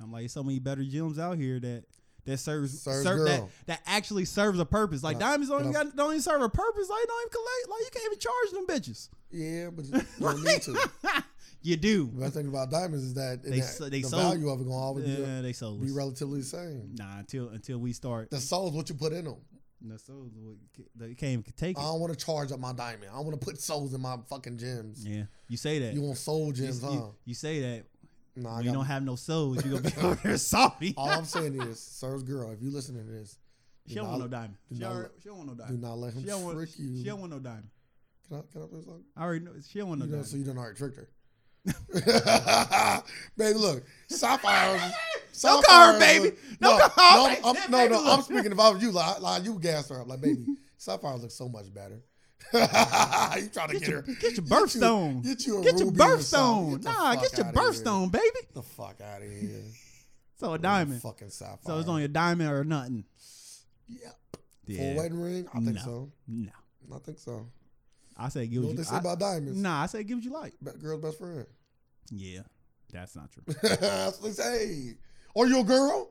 Speaker 1: I'm like there's so many better gyms out here that that serves,
Speaker 2: Serves
Speaker 1: serve that
Speaker 2: girl.
Speaker 1: that actually serves a purpose. Like
Speaker 2: Nah,
Speaker 1: diamonds don't even
Speaker 2: nah.
Speaker 1: got, don't even serve a purpose. Like they don't even collect. Like you can't even charge them bitches.
Speaker 2: Yeah, but you don't need to.
Speaker 1: you You do.
Speaker 2: The best thing about diamonds is that
Speaker 1: They
Speaker 2: it-
Speaker 1: so- they
Speaker 2: the
Speaker 1: sold-
Speaker 2: value of it gonna always be- uh,
Speaker 1: Yeah, they sold
Speaker 2: be,
Speaker 1: us.
Speaker 2: relatively the same.
Speaker 1: Nah, until until we start.
Speaker 2: The soul is what you put in them.
Speaker 1: The soul, they can't even take
Speaker 2: I
Speaker 1: it.
Speaker 2: don't want to charge up my diamond. I don't want to put souls in my fucking gems.
Speaker 1: Yeah, you say that.
Speaker 2: You
Speaker 1: You,
Speaker 2: want soul gems, huh?
Speaker 1: you- you say that.
Speaker 2: nah, I
Speaker 1: When you
Speaker 2: got Oh,
Speaker 1: don't have no souls, you gonna be over here salty.
Speaker 2: All I'm saying is, sir's girl, if you listening to this,
Speaker 1: She don't
Speaker 2: do
Speaker 1: want no
Speaker 2: not-
Speaker 1: diamond.
Speaker 2: do
Speaker 1: She,
Speaker 2: not
Speaker 1: already,
Speaker 2: let-
Speaker 1: she don't want no
Speaker 2: do
Speaker 1: diamond.
Speaker 2: not let him
Speaker 1: Uh, She don't want.
Speaker 2: trick you.
Speaker 1: She don't want no diamond.
Speaker 2: can, I, can I play a song?
Speaker 1: I already know. She don't want no
Speaker 2: you know,
Speaker 1: diamond.
Speaker 2: so you done already tricked her. baby, look, sapphires.
Speaker 1: Don't call her
Speaker 2: sapphires
Speaker 1: baby.
Speaker 2: look-
Speaker 1: Don't
Speaker 2: no,
Speaker 1: call her
Speaker 2: no, I'm,
Speaker 1: baby.
Speaker 2: no, no,
Speaker 1: Baby,
Speaker 2: I'm
Speaker 1: look.
Speaker 2: speaking if I was you, like, like you gassed her up, like baby, sapphires look so much better. you trying to get,
Speaker 1: Get your,
Speaker 2: her?
Speaker 1: get your
Speaker 2: Get you-
Speaker 1: birthstone.
Speaker 2: Get you a
Speaker 1: Get your
Speaker 2: ruby or something.
Speaker 1: birthstone. Nah,
Speaker 2: the
Speaker 1: get
Speaker 2: fuck
Speaker 1: your
Speaker 2: outta here.
Speaker 1: birthstone, baby.
Speaker 2: The fuck out of here.
Speaker 1: So a diamond.
Speaker 2: Fucking sapphire.
Speaker 1: So it's on a diamond or nothing.
Speaker 2: Yeah.
Speaker 1: Yeah.
Speaker 2: Full wedding ring? I think
Speaker 1: No.
Speaker 2: so.
Speaker 1: No,
Speaker 2: I think so.
Speaker 1: I say
Speaker 2: You
Speaker 1: give what
Speaker 2: know what
Speaker 1: you.
Speaker 2: they say
Speaker 1: I,
Speaker 2: about diamonds?
Speaker 1: nah, I say give what you like.
Speaker 2: Be- girl's best friend.
Speaker 1: Yeah, that's not true.
Speaker 2: That's what they say. Are you a girl?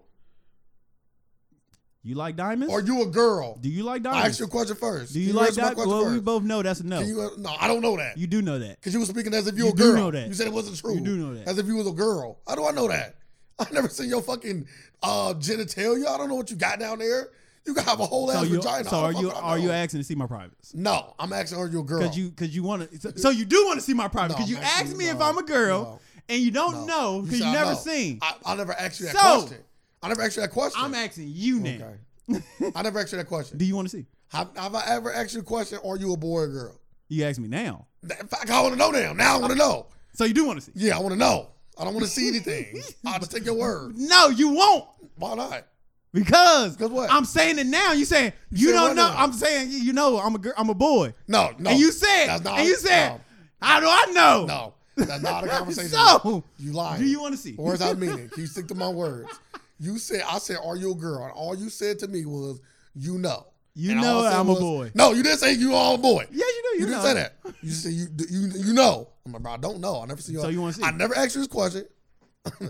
Speaker 1: You like diamonds?
Speaker 2: Are you a girl?
Speaker 1: do you like
Speaker 2: I
Speaker 1: diamonds?
Speaker 2: asked you a question first.
Speaker 1: do
Speaker 2: Can
Speaker 1: you, like
Speaker 2: answer my
Speaker 1: that?
Speaker 2: question
Speaker 1: Well, we
Speaker 2: first?
Speaker 1: both know that's a no.
Speaker 2: Can
Speaker 1: You,
Speaker 2: you, no, I don't know that.
Speaker 1: do know that.
Speaker 2: Because you were speaking as if you,
Speaker 1: You
Speaker 2: a
Speaker 1: do
Speaker 2: girl.
Speaker 1: know that.
Speaker 2: You said it wasn't true.
Speaker 1: You do know that.
Speaker 2: As if you was a girl. How do I know that? I never seen your fucking uh, genitalia. I don't know what you got down there. You got a whole
Speaker 1: So
Speaker 2: ass
Speaker 1: you,
Speaker 2: vagina.
Speaker 1: so
Speaker 2: How
Speaker 1: are
Speaker 2: the
Speaker 1: you
Speaker 2: fuck would I
Speaker 1: are you
Speaker 2: know?
Speaker 1: asking to see my privates?
Speaker 2: No, I'm asking are you a girl?
Speaker 1: Because you because you want to. So, so you do want to see my private
Speaker 2: No,
Speaker 1: because you
Speaker 2: I'm
Speaker 1: asked
Speaker 2: asking
Speaker 1: me
Speaker 2: you,
Speaker 1: if
Speaker 2: no,
Speaker 1: I'm a girl
Speaker 2: no,
Speaker 1: and you
Speaker 2: no.
Speaker 1: don't know because
Speaker 2: said
Speaker 1: you
Speaker 2: I
Speaker 1: never
Speaker 2: know.
Speaker 1: seen.
Speaker 2: I, I never asked you that
Speaker 1: So-
Speaker 2: question. I never asked you that question.
Speaker 1: I'm asking you now.
Speaker 2: Okay. I never asked you that question.
Speaker 1: Do you want to see?
Speaker 2: Have, have I ever asked you a question? Are you a boy or girl?
Speaker 1: You ask me now.
Speaker 2: In fact, I want to know now. Now I want to know.
Speaker 1: So you do want to see?
Speaker 2: Yeah, I want to know. I don't want to see anything. I'll just take your word.
Speaker 1: No, you won't.
Speaker 2: Why not?
Speaker 1: Because
Speaker 2: 'Cause what?
Speaker 1: I'm saying it now. You saying you
Speaker 2: said what
Speaker 1: don't know.
Speaker 2: now?
Speaker 1: I'm saying you- you know I'm a girl. I'm a boy.
Speaker 2: No, no.
Speaker 1: and you said
Speaker 2: That's not-
Speaker 1: and you said
Speaker 2: no.
Speaker 1: how do I know?
Speaker 2: No, that's not a conversation.
Speaker 1: So
Speaker 2: you lying.
Speaker 1: do you want to see?
Speaker 2: Words I mean it. Can you stick to my words? You said I said, "Are you a girl?" And all you said to me was, "You know."
Speaker 1: You
Speaker 2: And all
Speaker 1: know
Speaker 2: I said
Speaker 1: I'm a
Speaker 2: was-
Speaker 1: boy.
Speaker 2: No, you didn't say you all a boy.
Speaker 1: Yes, you do. You,
Speaker 2: You, didn't
Speaker 1: know.
Speaker 2: say that. You said you you you know. I'm like, bro, I don't know. I never see you.
Speaker 1: So
Speaker 2: on-
Speaker 1: you wanna see?
Speaker 2: I never asked you this question.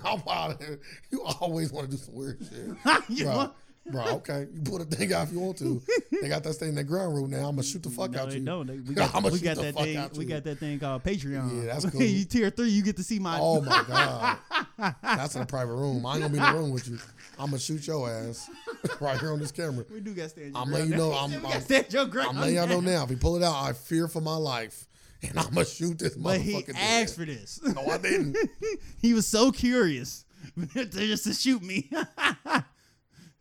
Speaker 2: I'm out of here. You always want to do some weird shit.
Speaker 1: you
Speaker 2: Bro,
Speaker 1: want-
Speaker 2: bro, okay. You pull the thing out if you want to. They got that thing in the ground rule now. I'm gonna shoot the fuck
Speaker 1: no,
Speaker 2: out
Speaker 1: they
Speaker 2: you.
Speaker 1: don't. They- we
Speaker 2: I'ma
Speaker 1: got, we
Speaker 2: shoot
Speaker 1: got
Speaker 2: the
Speaker 1: that
Speaker 2: fuck
Speaker 1: thing.
Speaker 2: out
Speaker 1: We
Speaker 2: you.
Speaker 1: got that thing called Patreon.
Speaker 2: Yeah, that's cool.
Speaker 1: you tier three, you get to see my.
Speaker 2: Oh my god, that's in a private room. I ain't gonna be in the room with you. I'm gonna shoot your ass right here on this camera.
Speaker 1: We do got stand. your
Speaker 2: I'm
Speaker 1: ground
Speaker 2: letting you
Speaker 1: now.
Speaker 2: know.
Speaker 1: We
Speaker 2: I'm,
Speaker 1: got
Speaker 2: I'm,
Speaker 1: stand your ground.
Speaker 2: I'm letting y'all know now. If he pull it out, I fear for my life, and I'm gonna shoot this motherfucker.
Speaker 1: But he
Speaker 2: dead.
Speaker 1: asked for this.
Speaker 2: No, I didn't.
Speaker 1: he was so curious to- just to shoot me.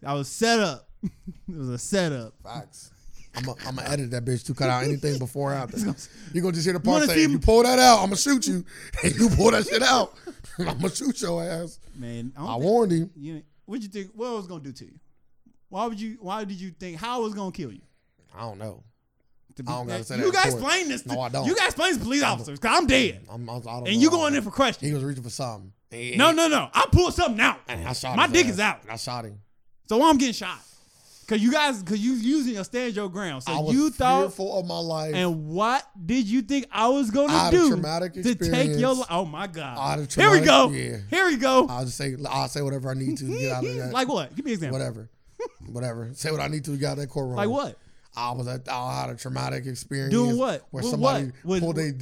Speaker 1: I was set up. It was a setup.
Speaker 2: Facts. I'm gonna I'm edit that bitch to cut out anything before or after. You're gonna just hear the part
Speaker 1: wanna
Speaker 2: say,
Speaker 1: see
Speaker 2: if
Speaker 1: me-
Speaker 2: you pull that out, I'm gonna shoot you. And you pull that shit out, I'm gonna shoot your ass.
Speaker 1: Man, I,
Speaker 2: I
Speaker 1: don't think,
Speaker 2: warned him.
Speaker 1: you, what'd you think? What I was gonna do to you? Why would you? Why did you think how I was gonna kill you?
Speaker 2: I don't know.
Speaker 1: To
Speaker 2: I don't gotta say that
Speaker 1: you
Speaker 2: in
Speaker 1: guys
Speaker 2: court.
Speaker 1: explain this.
Speaker 2: No,
Speaker 1: to-
Speaker 2: I don't.
Speaker 1: You guys explain this to police officers. Cause I'm dead,
Speaker 2: I'm, I, I don't
Speaker 1: and you
Speaker 2: know.
Speaker 1: going in for questions.
Speaker 2: He was reaching for something. And-
Speaker 1: No, no, no. I pulled something out.
Speaker 2: and I shot
Speaker 1: My
Speaker 2: his
Speaker 1: dick
Speaker 2: ass.
Speaker 1: is out.
Speaker 2: And I shot him.
Speaker 1: So I'm getting shot. Cause you guys, cause you using your stand your ground.
Speaker 2: I
Speaker 1: So
Speaker 2: was
Speaker 1: you thought,
Speaker 2: fearful of my life.
Speaker 1: and what did you think I was gonna
Speaker 2: I had a
Speaker 1: do
Speaker 2: traumatic
Speaker 1: to take your?
Speaker 2: experience.
Speaker 1: Li- oh my
Speaker 2: I had a
Speaker 1: god! Here we
Speaker 2: traumatic-
Speaker 1: go.
Speaker 2: yeah.
Speaker 1: Here we go.
Speaker 2: I'll just say I'll say whatever I need to to get out of that.
Speaker 1: like what? Give me an example.
Speaker 2: whatever, whatever. Say what I need to to get out of that courtroom.
Speaker 1: Like what?
Speaker 2: I was at, I had a traumatic experience.
Speaker 1: Doing what?
Speaker 2: Where
Speaker 1: With
Speaker 2: somebody
Speaker 1: what? With-
Speaker 2: pulled their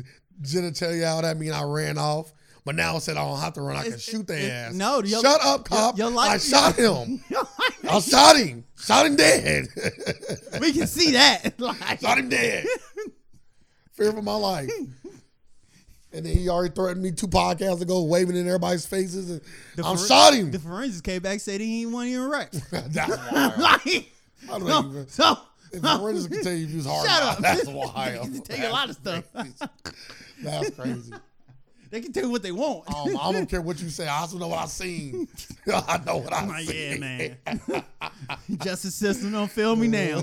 Speaker 2: genitalia out at me and I ran off. But now I said I don't have to run. I can
Speaker 1: It's-
Speaker 2: shoot
Speaker 1: it-
Speaker 2: their ass.
Speaker 1: no, your-
Speaker 2: shut up, cop.
Speaker 1: your life-
Speaker 2: I shot him. I shot him. Shot him dead.
Speaker 1: we can see that. Like,
Speaker 2: shot him dead. Fear for my life. And then he already threatened me two podcasts ago, waving in everybody's faces. And
Speaker 1: the
Speaker 2: I'm
Speaker 1: fore-
Speaker 2: shot him.
Speaker 1: The forensics came back said he ain't one even right.
Speaker 2: That's wild.
Speaker 1: like,
Speaker 2: I don't
Speaker 1: no,
Speaker 2: even.
Speaker 1: so
Speaker 2: If the Warriors can tell you if you was hard,
Speaker 1: shut
Speaker 2: or
Speaker 1: up.
Speaker 2: not, that's wild.
Speaker 1: they can take a lot of stuff.
Speaker 2: That's crazy.
Speaker 1: they can do what they want.
Speaker 2: Um, I don't care what you say. I also know what I seen. I know what I
Speaker 1: I'm like, Oh, yeah,
Speaker 2: seen.
Speaker 1: man. Justice system don't fail me now.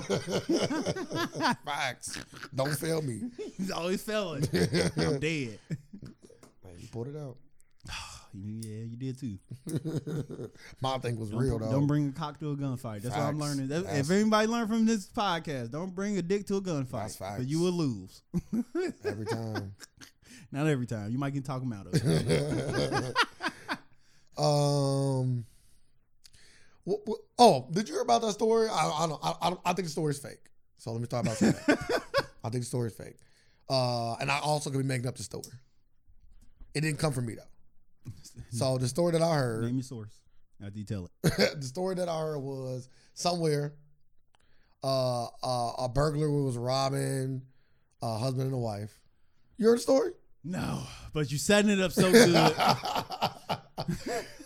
Speaker 2: Facts. Don't fail me.
Speaker 1: He's always failing. I'm dead.
Speaker 2: Man, you pulled it out.
Speaker 1: Yeah, you did too.
Speaker 2: My thing was real though.
Speaker 1: Don't bring a cock to a gunfight. That's what I'm
Speaker 2: Facts.
Speaker 1: learning. That's-
Speaker 2: That's-
Speaker 1: if anybody learned from this podcast, don't bring a dick to a gunfight.
Speaker 2: That's facts.
Speaker 1: 'cause you will lose.
Speaker 2: Every time.
Speaker 1: Not every time. You might get talking out of it.
Speaker 2: um. wh- wh- oh, did you hear about that story? I, I don't. I, I, don't- I think the story's fake. So let me talk about that. I think the story's fake. Uh, and I also could be making up the story. It didn't come from me though. So the story that I heard,
Speaker 1: Name your source. How do you tell it?
Speaker 2: the story that I heard was somewhere uh, uh, a burglar was robbing a husband and a wife. You heard the story?
Speaker 1: No, but you setting it up so good.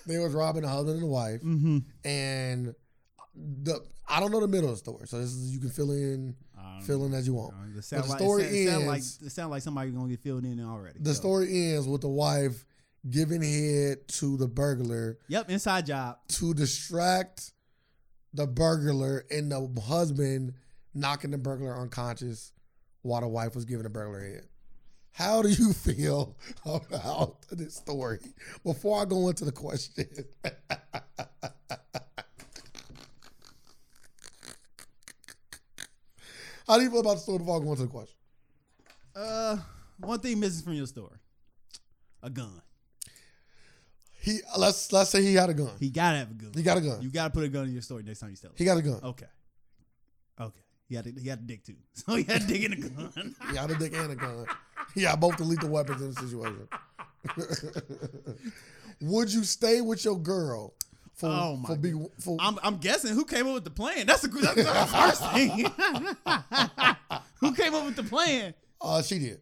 Speaker 2: they was robbing a husband and a wife,
Speaker 1: mm-hmm.
Speaker 2: and the I don't know the middle of the story, so this is you can fill in fill in as you want.
Speaker 1: The sound
Speaker 2: the
Speaker 1: like,
Speaker 2: story
Speaker 1: it sound, it sound
Speaker 2: ends-
Speaker 1: like it sound like somebody gonna get filled in already.
Speaker 2: The
Speaker 1: so.
Speaker 2: story ends with the wife giving head to the burglar
Speaker 1: Yep, inside job.
Speaker 2: to distract the burglar and the husband knocking the burglar unconscious while the wife was giving the burglar head. How do you feel about this story? Before I go into the question, how do you feel about the story before I go into the question?
Speaker 1: Uh, one thing missing from your story: a gun.
Speaker 2: He let's let's say he had a gun. He,
Speaker 1: He gotta have a gun.
Speaker 2: got a gun.
Speaker 1: you gotta put a gun in your story next time you tell it.
Speaker 2: he got a gun.
Speaker 1: Okay, okay. He had to, he had a dick too, so he had to dig in a gun.
Speaker 2: He got a dick and a gun. He got both the lethal weapons in the situation. Would you stay with your girl for
Speaker 1: Oh my
Speaker 2: for be for
Speaker 1: I'm, I'm guessing who came up with the plan. That's a that's the first thing. who came up with the plan?
Speaker 2: uh she did.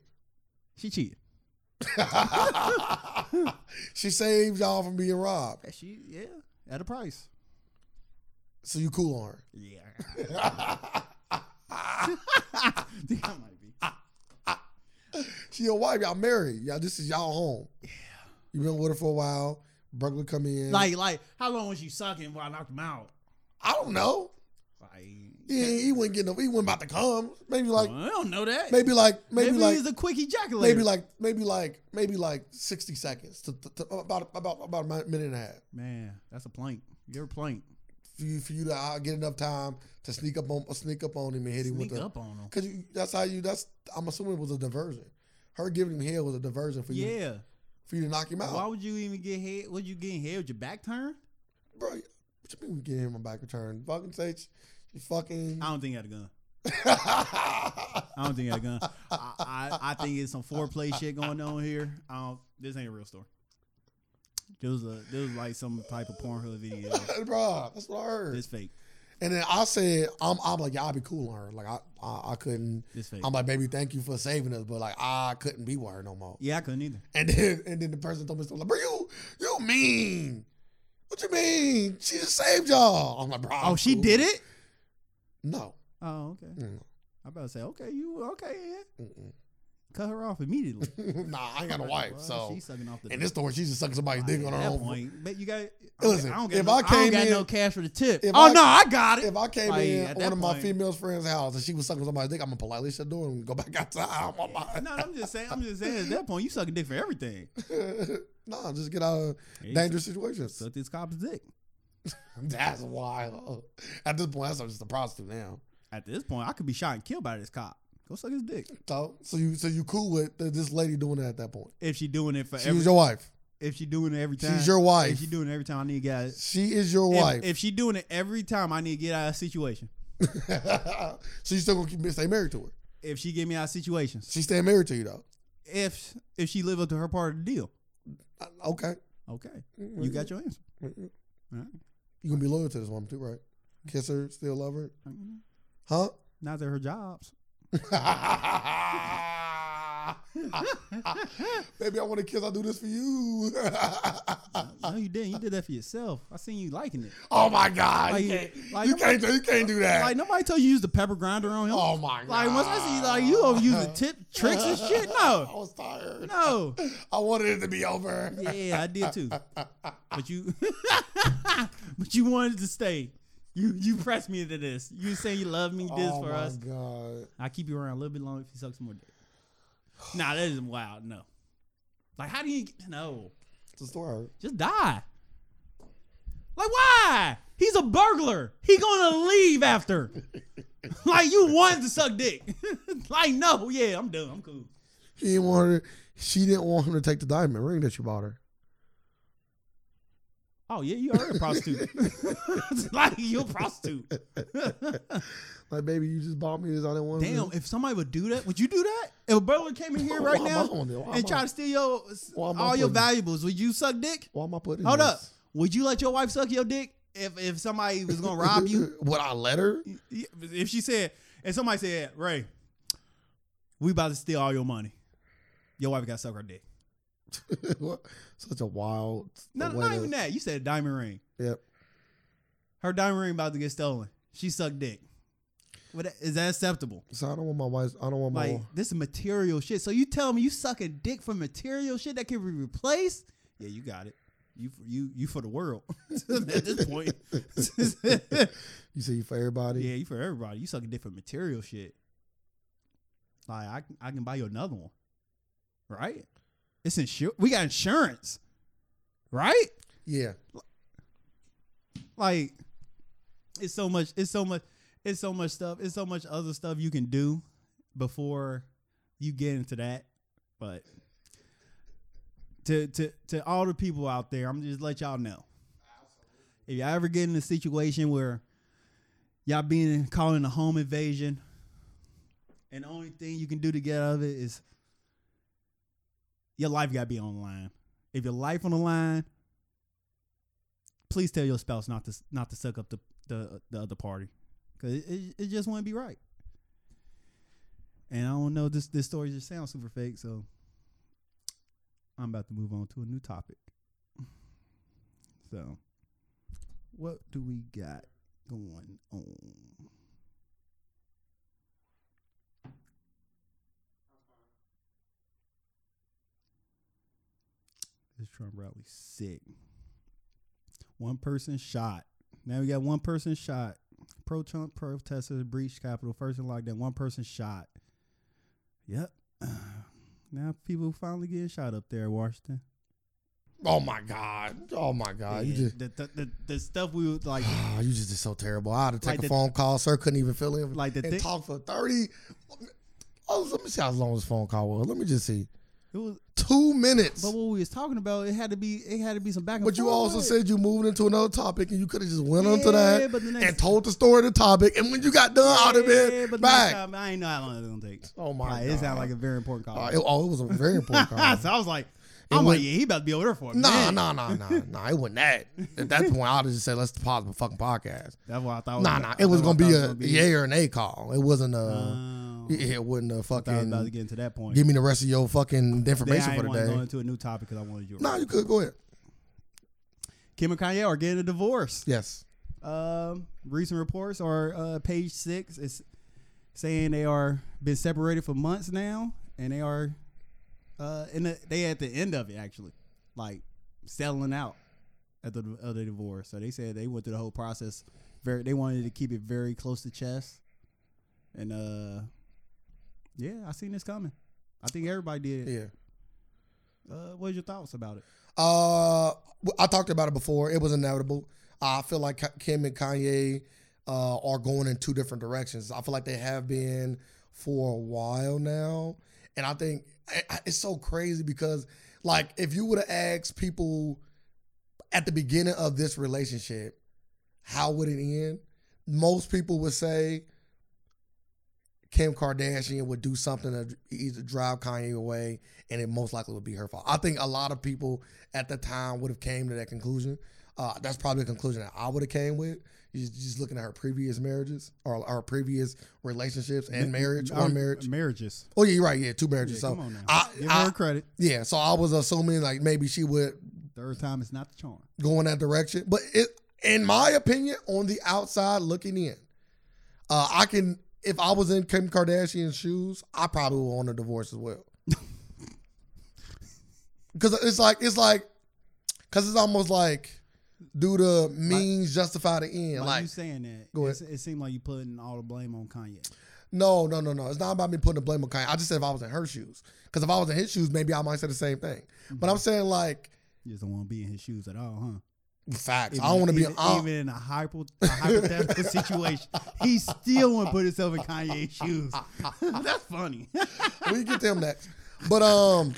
Speaker 1: She cheated.
Speaker 2: she saved y'all from being robbed.
Speaker 1: She yeah, at a price.
Speaker 2: So you cool on her.
Speaker 1: Yeah. Think I might be.
Speaker 2: She your wife, y'all married. Y'all this is y'all home. Yeah. you been with her for a while. Burglar come in.
Speaker 1: Like like how long was you sucking while I knocked him out?
Speaker 2: I don't know.
Speaker 1: Like
Speaker 2: Yeah, he wasn't getting no, he wasn't about to come. Maybe like
Speaker 1: well, I don't know that.
Speaker 2: maybe like maybe,
Speaker 1: Maybe
Speaker 2: like
Speaker 1: he's a quick ejaculator.
Speaker 2: maybe like maybe like maybe like 60 seconds to, to, to about about about a minute and a half
Speaker 1: man, that's a plank. You're a plank.
Speaker 2: for you for you to uh, get enough time to sneak up on sneak up on him and hit him
Speaker 1: Sneak
Speaker 2: with the
Speaker 1: up on him.
Speaker 2: because that's how you that's I'm assuming it was a diversion. Her giving him hell was a diversion for you
Speaker 1: Yeah.
Speaker 2: for you to knock him out.
Speaker 1: Why would you even get head? Would you getting head with your back turned?
Speaker 2: Bro, what you mean getting him a back return? Fucking say she, she fucking.
Speaker 1: I don't think he had a gun. I don't think he had a gun. I, I, I think it's some foreplay shit going on here. I don't, this ain't a real story. This was a this was like some type of Pornhub video.
Speaker 2: Bro, that's what I heard.
Speaker 1: This fake.
Speaker 2: and then I said, I'm, I'm like, yeah, I'll be cool on her. Like, I, I, I couldn't.
Speaker 1: This fake.
Speaker 2: I'm like, baby, thank you for saving us, but like, I couldn't be with her no more.
Speaker 1: yeah, I couldn't either.
Speaker 2: And then and then the person told me something like, bro, you you mean? What you mean? She just saved y'all. I'm like, bro.
Speaker 1: Oh, she did it.
Speaker 2: No.
Speaker 1: Oh, okay.
Speaker 2: Mm,
Speaker 1: I about to say, okay, you okay? Yeah.
Speaker 2: mm,
Speaker 1: Cut her off immediately.
Speaker 2: mm. nah, I ain't got a wife.
Speaker 1: Well,
Speaker 2: so
Speaker 1: she's sucking off the.
Speaker 2: in this story, she's just sucking somebody's dick on her
Speaker 1: At that
Speaker 2: own.
Speaker 1: point, but you got.
Speaker 2: Listen,
Speaker 1: I don't,
Speaker 2: if
Speaker 1: get no,
Speaker 2: I
Speaker 1: I
Speaker 2: came
Speaker 1: don't got
Speaker 2: in-
Speaker 1: no cash for the tip.
Speaker 2: if
Speaker 1: oh
Speaker 2: I-
Speaker 1: no, I got it.
Speaker 2: If I came
Speaker 1: Like,
Speaker 2: in
Speaker 1: at
Speaker 2: at
Speaker 1: that
Speaker 2: one of my
Speaker 1: point-
Speaker 2: female friend's house and she was sucking somebody's dick, I'm gonna politely shut the door and go back outside. I'm on my-
Speaker 1: No, I'm just saying. I'm just saying. At that point, you sucking dick for everything.
Speaker 2: nah, just get out of
Speaker 1: Yeah, you
Speaker 2: dangerous situations.
Speaker 1: Suck this cop's dick.
Speaker 2: That's wild. At this point, that's just a prostitute now.
Speaker 1: At this point, I could be shot and killed by this cop. Go suck his dick.
Speaker 2: So, so you so you cool with this lady doing that at that point?
Speaker 1: If she doing it for
Speaker 2: She
Speaker 1: every,
Speaker 2: was your wife.
Speaker 1: if she doing it every time,
Speaker 2: She's your wife.
Speaker 1: If she doing it every time, I need to get out. Of,
Speaker 2: She is your
Speaker 1: if,
Speaker 2: wife.
Speaker 1: if she doing it every time, I need to get out of situation.
Speaker 2: so you still gonna keep stay married to her?
Speaker 1: If she get me out of situations,
Speaker 2: She staying married to you though.
Speaker 1: if if she live up to her part of the deal,
Speaker 2: Uh, Okay,
Speaker 1: okay, you
Speaker 2: Mm-hmm.
Speaker 1: got your answer. All
Speaker 2: You gonna be loyal to this woman too, right? Kiss her, still love her,
Speaker 1: right.
Speaker 2: huh?
Speaker 1: Now that her jobs,
Speaker 2: Baby, I want to kiss. I'll do this for you.
Speaker 1: no, you didn't. You did that for yourself. I seen you liking it.
Speaker 2: oh my god! you
Speaker 1: Like-
Speaker 2: can't,
Speaker 1: like-
Speaker 2: you, can't do, you can't do that.
Speaker 1: Like nobody told you to use the pepper grinder on him.
Speaker 2: oh my god!
Speaker 1: like once I see like you over use the tip tricks and shit.
Speaker 2: I
Speaker 1: No,
Speaker 2: was tired.
Speaker 1: no.
Speaker 2: I wanted it to be over.
Speaker 1: Yeah, I did too. But you, but you wanted to stay. You you pressed me into this. You saying you love me, this
Speaker 2: oh
Speaker 1: for
Speaker 2: my
Speaker 1: us.
Speaker 2: god!
Speaker 1: I keep you around a little bit longer if you suck some more dick. Nah, that is wild. No, like how do you? No,
Speaker 2: It's a story.
Speaker 1: just die. Like why? He's a burglar. He gonna leave after. like you wanted to suck dick. like no, yeah, I'm done. I'm cool.
Speaker 2: He didn't want her. She didn't want him to take the diamond ring that you bought her.
Speaker 1: Oh yeah, you are a prostitute. like you're a prostitute.
Speaker 2: like, baby, you just bought me this. I didn't want.
Speaker 1: Damn,
Speaker 2: this.
Speaker 1: if somebody would do that, would you do that? If a brother came in here right
Speaker 2: Why am I
Speaker 1: now
Speaker 2: on there? Why am
Speaker 1: and
Speaker 2: I-
Speaker 1: tried to steal your
Speaker 2: Why am I
Speaker 1: all your
Speaker 2: putting-
Speaker 1: valuables, would you suck dick?
Speaker 2: Why am I putting?
Speaker 1: Hold
Speaker 2: this?
Speaker 1: up. Would you let your wife suck your dick if if somebody was gonna rob you?
Speaker 2: Would I let her?
Speaker 1: If she said, and somebody said, Ray, we about to steal all your money. Your wife got to suck her dick.
Speaker 2: What? Such a wild.
Speaker 1: No,
Speaker 2: way
Speaker 1: not
Speaker 2: to-
Speaker 1: even that. You said a diamond ring.
Speaker 2: Yep.
Speaker 1: Her diamond ring about to get stolen. She sucked dick. What is that acceptable?
Speaker 2: So I don't want my wife. I don't want my.
Speaker 1: Like this is material shit. So you tell me you suck a dick for material shit that can be replaced? Yeah, you got it. You you you for the world at this point.
Speaker 2: you say you for everybody.
Speaker 1: yeah, you for everybody. You suck a dick for material shit. Like I can- I can buy you another one, right? It's insur. We got insurance, right?
Speaker 2: Yeah.
Speaker 1: like it's so much it's so much it's so much stuff it's so much other stuff you can do before you get into that but to to to all the people out there i'm just let y'all know if y'all ever get in a situation where y'all being calling a home invasion and the only thing you can do to get out of it is your life got to be on the line if your life on the line please tell your spouse not to not to suck up the the, the other party because it, it, it just wouldn't be right. And I don't know this this story just sounds super fake, so I'm about to move on to a new topic. So, what do we got going on? This Trump rally sick. One person shot. Now we got one person shot. Pro Trump protesters breached Capitol first in lockdown. One person shot. Yep. Now people finally getting shot up there in Washington.
Speaker 2: Oh my god. Oh my god. You
Speaker 1: Yeah,
Speaker 2: just.
Speaker 1: the, the, the, the stuff we was like
Speaker 2: Ah, you just did so terrible. I had to take
Speaker 1: Like
Speaker 2: a
Speaker 1: the-
Speaker 2: phone call. Sir couldn't even fill in
Speaker 1: Like the
Speaker 2: and
Speaker 1: thi-
Speaker 2: talk for thirty. Oh, let me see how long this phone call was. Let me just see.
Speaker 1: it was
Speaker 2: Two minutes.
Speaker 1: but what we was talking about, it had to be it had to be some back and
Speaker 2: But you
Speaker 1: forth.
Speaker 2: also said you moved into another topic, and you could have just went on to
Speaker 1: Yeah,
Speaker 2: that
Speaker 1: but the next-
Speaker 2: and told the story of the topic. And when you got done, I'd have
Speaker 1: Yeah,
Speaker 2: been
Speaker 1: but the next
Speaker 2: back.
Speaker 1: time, I ain't know how long it's gonna take.
Speaker 2: Oh my
Speaker 1: Like, It
Speaker 2: God.
Speaker 1: sounded like a very important call.
Speaker 2: Uh, it- oh, it was a very important call.
Speaker 1: so I was like, I'm
Speaker 2: went-
Speaker 1: like, yeah, he about to be over there for a
Speaker 2: Nah,
Speaker 1: minute.
Speaker 2: nah, nah, nah, nah. It wasn't that. At that point, I'd have just said, "Let's pause the fucking podcast."
Speaker 1: That's why Oh, I thought.
Speaker 2: Nah, nah. It was gonna be a yay or an a call. It wasn't a.
Speaker 1: Oh.
Speaker 2: yeah, it wasn't a
Speaker 1: I was about to
Speaker 2: fucking.
Speaker 1: get into that point.
Speaker 2: Give me the rest of your fucking
Speaker 1: Then
Speaker 2: information
Speaker 1: I
Speaker 2: for
Speaker 1: want to go
Speaker 2: today.
Speaker 1: into a new topic because I wanted you.
Speaker 2: Nah, you could go ahead.
Speaker 1: Kim and Kanye are getting a divorce.
Speaker 2: Yes.
Speaker 1: Um, recent reports are uh, page six is saying they are been separated for months now, and they are uh, in the, they at the end of it actually, like settling out at the of the divorce. So they said they went through the whole process. Very, they wanted to keep it very close to chest, and uh, yeah, I seen this coming. I think everybody did.
Speaker 2: Yeah.
Speaker 1: Uh, what's your thoughts about it?
Speaker 2: Uh, I talked about it before. It was inevitable. I feel like Ka- Kim and Kanye uh, are going in two different directions. I feel like they have been for a while now, and I think I- I- it's so crazy because, like, if you would have asked people at the beginning of this relationship, how would it end? Most people would say Kim Kardashian would do something to either drive Kanye away, and it most likely would be her fault. I think a lot of people at the time would have came to that conclusion. Uh, that's probably a conclusion that I would have came with. You Just, just looking at her previous marriages or her previous relationships and marriage,
Speaker 1: Our-
Speaker 2: one marriage.
Speaker 1: marriages.
Speaker 2: Oh yeah, you're right. Yeah, two marriages.
Speaker 1: Yeah,
Speaker 2: so
Speaker 1: come on now.
Speaker 2: I,
Speaker 1: Give
Speaker 2: I-
Speaker 1: her credit.
Speaker 2: yeah, so I was assuming like maybe she would
Speaker 1: Third time is not the charm.
Speaker 2: go in that direction. But it, in my opinion, on the outside looking in, uh, I can. If I was in Kim Kardashian's shoes, I probably would want a divorce as well. Because it's like it's like, because it's almost like, do the means justify the end?
Speaker 1: Like,
Speaker 2: Like,
Speaker 1: you saying that,
Speaker 2: Go
Speaker 1: it's- it seemed like you putting all the blame on Kanye.
Speaker 2: no, no, no, no. It's not about me putting the blame on Kanye. I just said if I was in her shoes, because if I was in his shoes, maybe I might say the same thing. But I'm saying like
Speaker 1: You just don't want to be in his shoes at all, huh?
Speaker 2: facts. I don't want to be.
Speaker 1: even,
Speaker 2: I-
Speaker 1: even in a, hypo, a hypothetical situation. He still want to put himself in Kanye's shoes. That's funny.
Speaker 2: we can get them next. But um,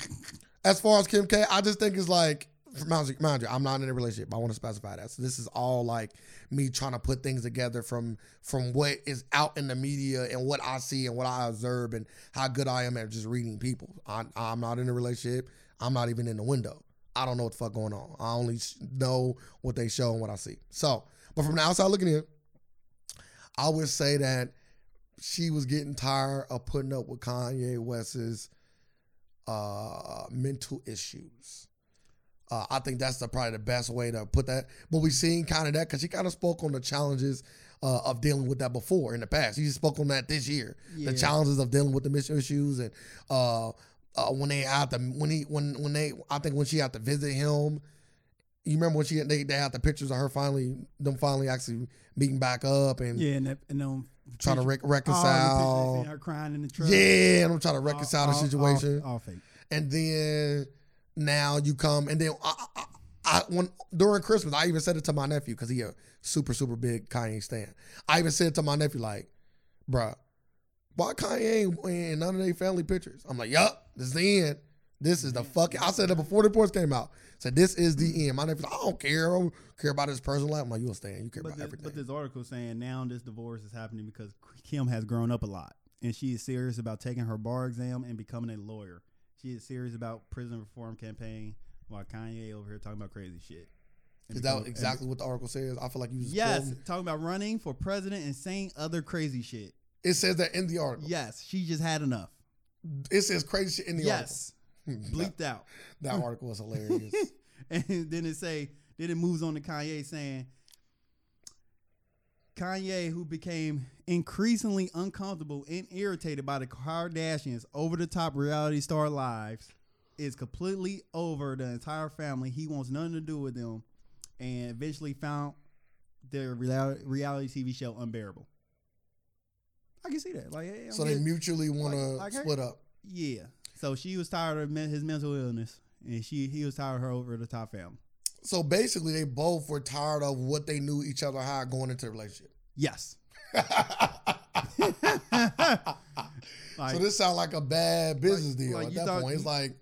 Speaker 2: as far as Kim K, I just think it's like mind you, mind you, I'm not in a relationship. but I want to specify that. So this is all like me trying to put things together from from what is out in the media and what I see and what I observe and how good I am at just reading people. I, I'm not in a relationship. I'm not even in the window. I don't know what the fuck going on. I only sh- know what they show and what I see. So, but from the outside looking in, I would say that she was getting tired of putting up with Kanye West's uh, mental issues. Uh, I think that's the, probably the best way to put that. But we've seen kind of that because she kind of spoke on the challenges uh, of dealing with that before in the past. She spoke on that this year,
Speaker 1: Yeah.
Speaker 2: the challenges of dealing with the mental issues and uh, uh, when they out to when he when when they I think when she had to visit him. You remember when she they they had the pictures of her finally them finally actually meeting back up and
Speaker 1: Yeah, and, that, and um,
Speaker 2: trying to rec-
Speaker 1: Oh, the picture they
Speaker 2: reconcile.
Speaker 1: seen her crying in the truck.
Speaker 2: yeah, and I'm trying to
Speaker 1: All- all-
Speaker 2: reconcile the situation
Speaker 1: All, all fake.
Speaker 2: and then now you come and then I, I, I when during Christmas I even said it to my nephew because he a super super big Kanye stan. I even said to my nephew like, "Bruh, why Kanye ain't in none of their family pictures?" I'm like, "Yup, this is the end. This is the
Speaker 1: Mm-hmm.
Speaker 2: fucking." I said it before the reports came out. Said this is the end. My nephew's like, "I don't care. I don't care about his personal life." I'm like, "You a stan? You care
Speaker 1: But
Speaker 2: about
Speaker 1: this,
Speaker 2: everything."
Speaker 1: but this article saying now this divorce is happening because Kim has grown up a lot and she is serious about taking her bar exam and becoming a lawyer. She is serious about prison reform campaign while Kanye over here talking about crazy shit. And
Speaker 2: is that
Speaker 1: becoming-
Speaker 2: exactly what the article says? I feel like you
Speaker 1: and-
Speaker 2: just
Speaker 1: yes,
Speaker 2: quoting-
Speaker 1: talking about running for president and saying other crazy shit.
Speaker 2: It says that in the article.
Speaker 1: Yes, she just had enough.
Speaker 2: It says crazy shit in the
Speaker 1: Yes,
Speaker 2: article.
Speaker 1: bleeped out.
Speaker 2: That article was hilarious.
Speaker 1: and then it say then it moves on to Kanye saying Kanye who became increasingly uncomfortable and irritated by the Kardashians over the top reality star lives is completely over the entire family. He wants nothing to do with them and eventually found their reali- reality TV show unbearable. I can see that. Like hey, I'm
Speaker 2: so they
Speaker 1: good.
Speaker 2: mutually want to
Speaker 1: like her?
Speaker 2: split up.
Speaker 1: yeah. So she was tired of men- his mental illness and she he was tired of her over the top family.
Speaker 2: So basically, they both were tired of what they knew each other had going into the relationship.
Speaker 1: Yes. Like,
Speaker 2: so this sounds like a bad business deal
Speaker 1: like
Speaker 2: at
Speaker 1: you
Speaker 2: that
Speaker 1: thought
Speaker 2: point. It's
Speaker 1: you-
Speaker 2: like,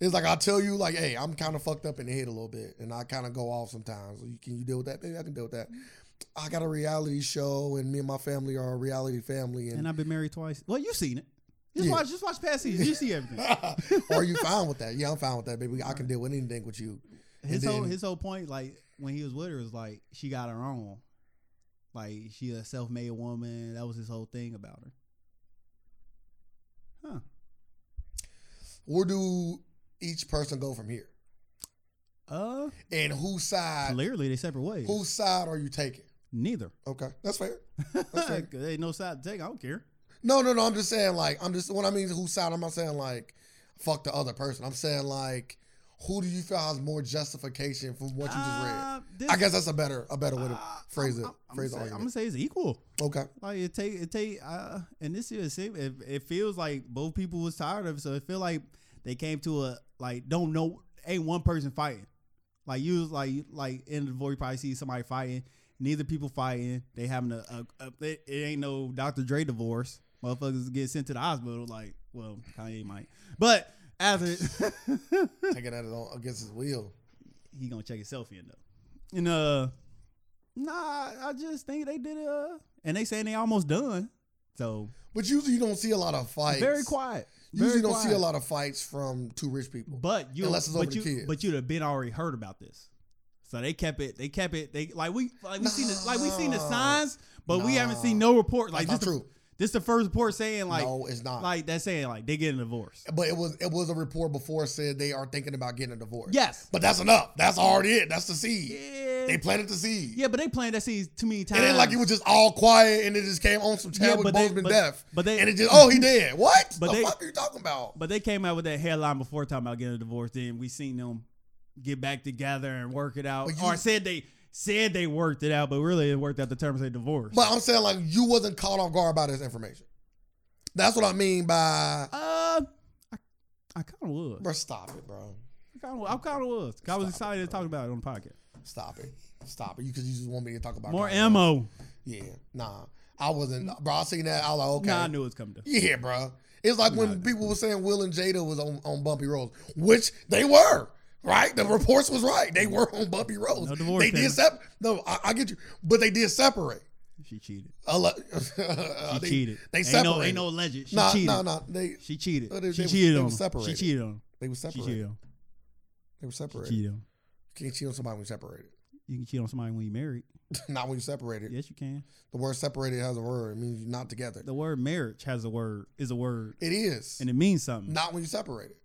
Speaker 2: it's like I tell you, like, hey, I'm kind of fucked up in the head a little bit, and I kind of go off sometimes. You- Can you deal with that? Maybe I can deal with that. I got a reality show, and me and my family are a reality family,
Speaker 1: and
Speaker 2: and,
Speaker 1: I've been married twice. Well, you've seen it. Just
Speaker 2: Yeah.
Speaker 1: watch, just watch past season. You see everything.
Speaker 2: are you fine with that? Yeah, I'm fine with that, baby. I can deal with anything with you.
Speaker 1: His whole
Speaker 2: then-
Speaker 1: his whole point, like when he was with her, was like she got her own. Like she a self made woman. That was his whole thing about her. Huh.
Speaker 2: Where do each person go from here?
Speaker 1: Uh,
Speaker 2: And whose side?
Speaker 1: clearly they separate ways.
Speaker 2: Whose side are you taking?
Speaker 1: Neither.
Speaker 2: Okay, that's fair.
Speaker 1: 'Cause they ain't no side to take. I don't care.
Speaker 2: No, no, no. I'm just saying, like, I'm just what I mean. is Whose side? I'm not saying like, fuck the other person. I'm saying like, who do you feel has more justification from what you just read?
Speaker 1: Uh, this-
Speaker 2: I guess that's a better, a better way to
Speaker 1: uh,
Speaker 2: phrase
Speaker 1: I'm-
Speaker 2: it.
Speaker 1: I'm- I'm
Speaker 2: Phrase the
Speaker 1: gonna say- I'm
Speaker 2: argument.
Speaker 1: gonna say it's equal.
Speaker 2: Okay.
Speaker 1: Like it take it take uh and this year it, seem- it it feels like both people was tired of it, so it feel like they came to a like don't know ain't one person fighting. Like you was like like in the void probably see somebody fighting, neither people fighting. They having a, a, a it, it ain't no Dr. Dre divorce. Motherfuckers get sent to the hospital like well Kanye might, but as it
Speaker 2: Taking that on against his will.
Speaker 1: he gonna check himself in though. And uh, nah, I just think they did uh, and they saying they almost done. So
Speaker 2: But usually you don't see a lot of fights.
Speaker 1: very quiet.
Speaker 2: You usually
Speaker 1: Very
Speaker 2: don't see a
Speaker 1: quiet.
Speaker 2: lot of fights from two rich people.
Speaker 1: But you,
Speaker 2: Unless it's over
Speaker 1: but
Speaker 2: the
Speaker 1: you,
Speaker 2: kids.
Speaker 1: but you'd have been already heard about this. So they kept it. They kept it. They like we like we seen the, like we seen the
Speaker 2: No.
Speaker 1: signs, but we haven't
Speaker 2: No.
Speaker 1: seen no report. Like
Speaker 2: That's
Speaker 1: this,
Speaker 2: not
Speaker 1: the,
Speaker 2: true.
Speaker 1: this the first report saying like
Speaker 2: no, it's not.
Speaker 1: like that saying like they getting a divorce.
Speaker 2: but it was it was a report before said they are thinking about getting a divorce.
Speaker 1: Yes.
Speaker 2: But that's enough. That's already it. That's the seed.
Speaker 1: Yeah.
Speaker 2: They planted the seed.
Speaker 1: yeah, but they playing that seed too many times.
Speaker 2: It ain't like it was just all quiet and it just came on some
Speaker 1: Yeah,
Speaker 2: Chadwick
Speaker 1: but they-
Speaker 2: Boseman
Speaker 1: but-
Speaker 2: death.
Speaker 1: but they-
Speaker 2: and it just oh he dead. What
Speaker 1: But
Speaker 2: the
Speaker 1: they-
Speaker 2: fuck are you talking about?
Speaker 1: But they came out with that headline before talking about getting a divorce. Then we seen them get back together and work it out,
Speaker 2: But you-
Speaker 1: or said they said they worked it out, but really it worked out the terms they divorced.
Speaker 2: But I'm saying like you wasn't caught off guard by this information. That's what I mean by
Speaker 1: uh, I, I kind of was.
Speaker 2: bro. Stop it, bro.
Speaker 1: I kind of, I kind of was. 'Cause I was excited to talk about it on the podcast.
Speaker 2: Stop it. Stop it. You because you just want me to talk about
Speaker 1: More
Speaker 2: Kanye.
Speaker 1: ammo.
Speaker 2: Yeah, nah. I wasn't, bro. I seen that. I was like, okay.
Speaker 1: Nah, I knew it was coming. To.
Speaker 2: Yeah, bro. It's like when people were saying Will and Jada was on, on Bumpy Rose, which they were. Right, the reports was right. They were on bumpy roads.
Speaker 1: No divorce,
Speaker 2: they did
Speaker 1: Taylor.
Speaker 2: sep. No, I, I get you, but they did separate.
Speaker 1: She cheated.
Speaker 2: A lo-
Speaker 1: She
Speaker 2: Uh, they,
Speaker 1: cheated.
Speaker 2: They
Speaker 1: ain't no,
Speaker 2: separated.
Speaker 1: ain't no legend. She
Speaker 2: nah,
Speaker 1: cheated.
Speaker 2: nah, nah. They
Speaker 1: She cheated.
Speaker 2: Oh, they-
Speaker 1: she
Speaker 2: they-
Speaker 1: cheated
Speaker 2: they
Speaker 1: on
Speaker 2: were
Speaker 1: him. She
Speaker 2: separated.
Speaker 1: cheated on him.
Speaker 2: they were
Speaker 1: She
Speaker 2: separated.
Speaker 1: cheated on him.
Speaker 2: They were
Speaker 1: She
Speaker 2: separated.
Speaker 1: cheated on him.
Speaker 2: You can't cheat on somebody when you're separated.
Speaker 1: You can cheat on somebody when you're married.
Speaker 2: not when you're separated.
Speaker 1: Yes, you can.
Speaker 2: The word separated has a word. It means you're not together.
Speaker 1: The word marriage has a word is a word,
Speaker 2: It is.
Speaker 1: and it means something.
Speaker 2: Not when you're separated.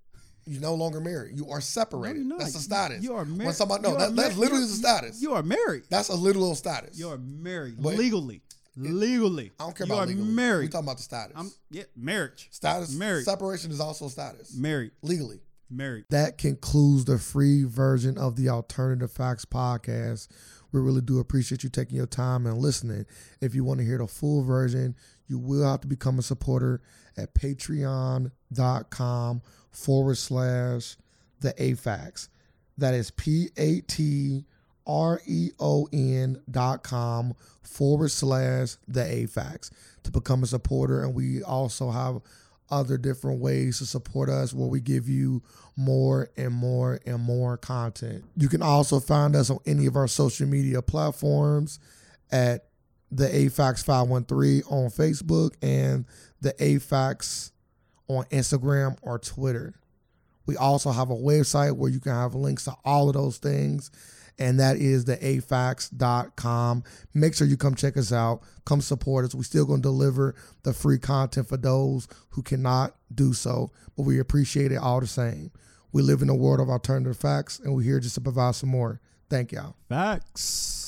Speaker 2: You're no longer married. You are separated.
Speaker 1: you're not.
Speaker 2: That's a status.
Speaker 1: You are married.
Speaker 2: When somebody, no,
Speaker 1: You are
Speaker 2: that, that's
Speaker 1: mar-
Speaker 2: literally
Speaker 1: you-
Speaker 2: the status.
Speaker 1: You are married.
Speaker 2: that's a literal status.
Speaker 1: You are married
Speaker 2: But-
Speaker 1: legally. Legally,
Speaker 2: I don't care
Speaker 1: you
Speaker 2: about
Speaker 1: are
Speaker 2: legally. We're
Speaker 1: married.
Speaker 2: talking about the status.
Speaker 1: I'm yeah, marriage,
Speaker 2: status.
Speaker 1: married.
Speaker 2: Separation is also status.
Speaker 1: married,
Speaker 2: legally.
Speaker 1: married.
Speaker 2: That concludes the free version of the Alternative Facts podcast. We really do appreciate you taking your time and listening. If you want to hear the full version, you will have to become a supporter at patreon.com forward slash the AFAX. That is P A T R E O N dot com forward slash the AFAX to become a supporter. And we also have other different ways to support us where we give you more and more and more content. You can also find us on any of our social media platforms at the AFAX 513 on Facebook and the AFAX on Instagram or Twitter. We also have a website where you can have links to all of those things, and that is the afax.com. Make sure you come check us out, come support us. We're still going to deliver the free content for those who cannot do so, but we appreciate it all the same. We live in a world of alternative facts, and we're here just to provide some more. Thank y'all.
Speaker 1: Facts.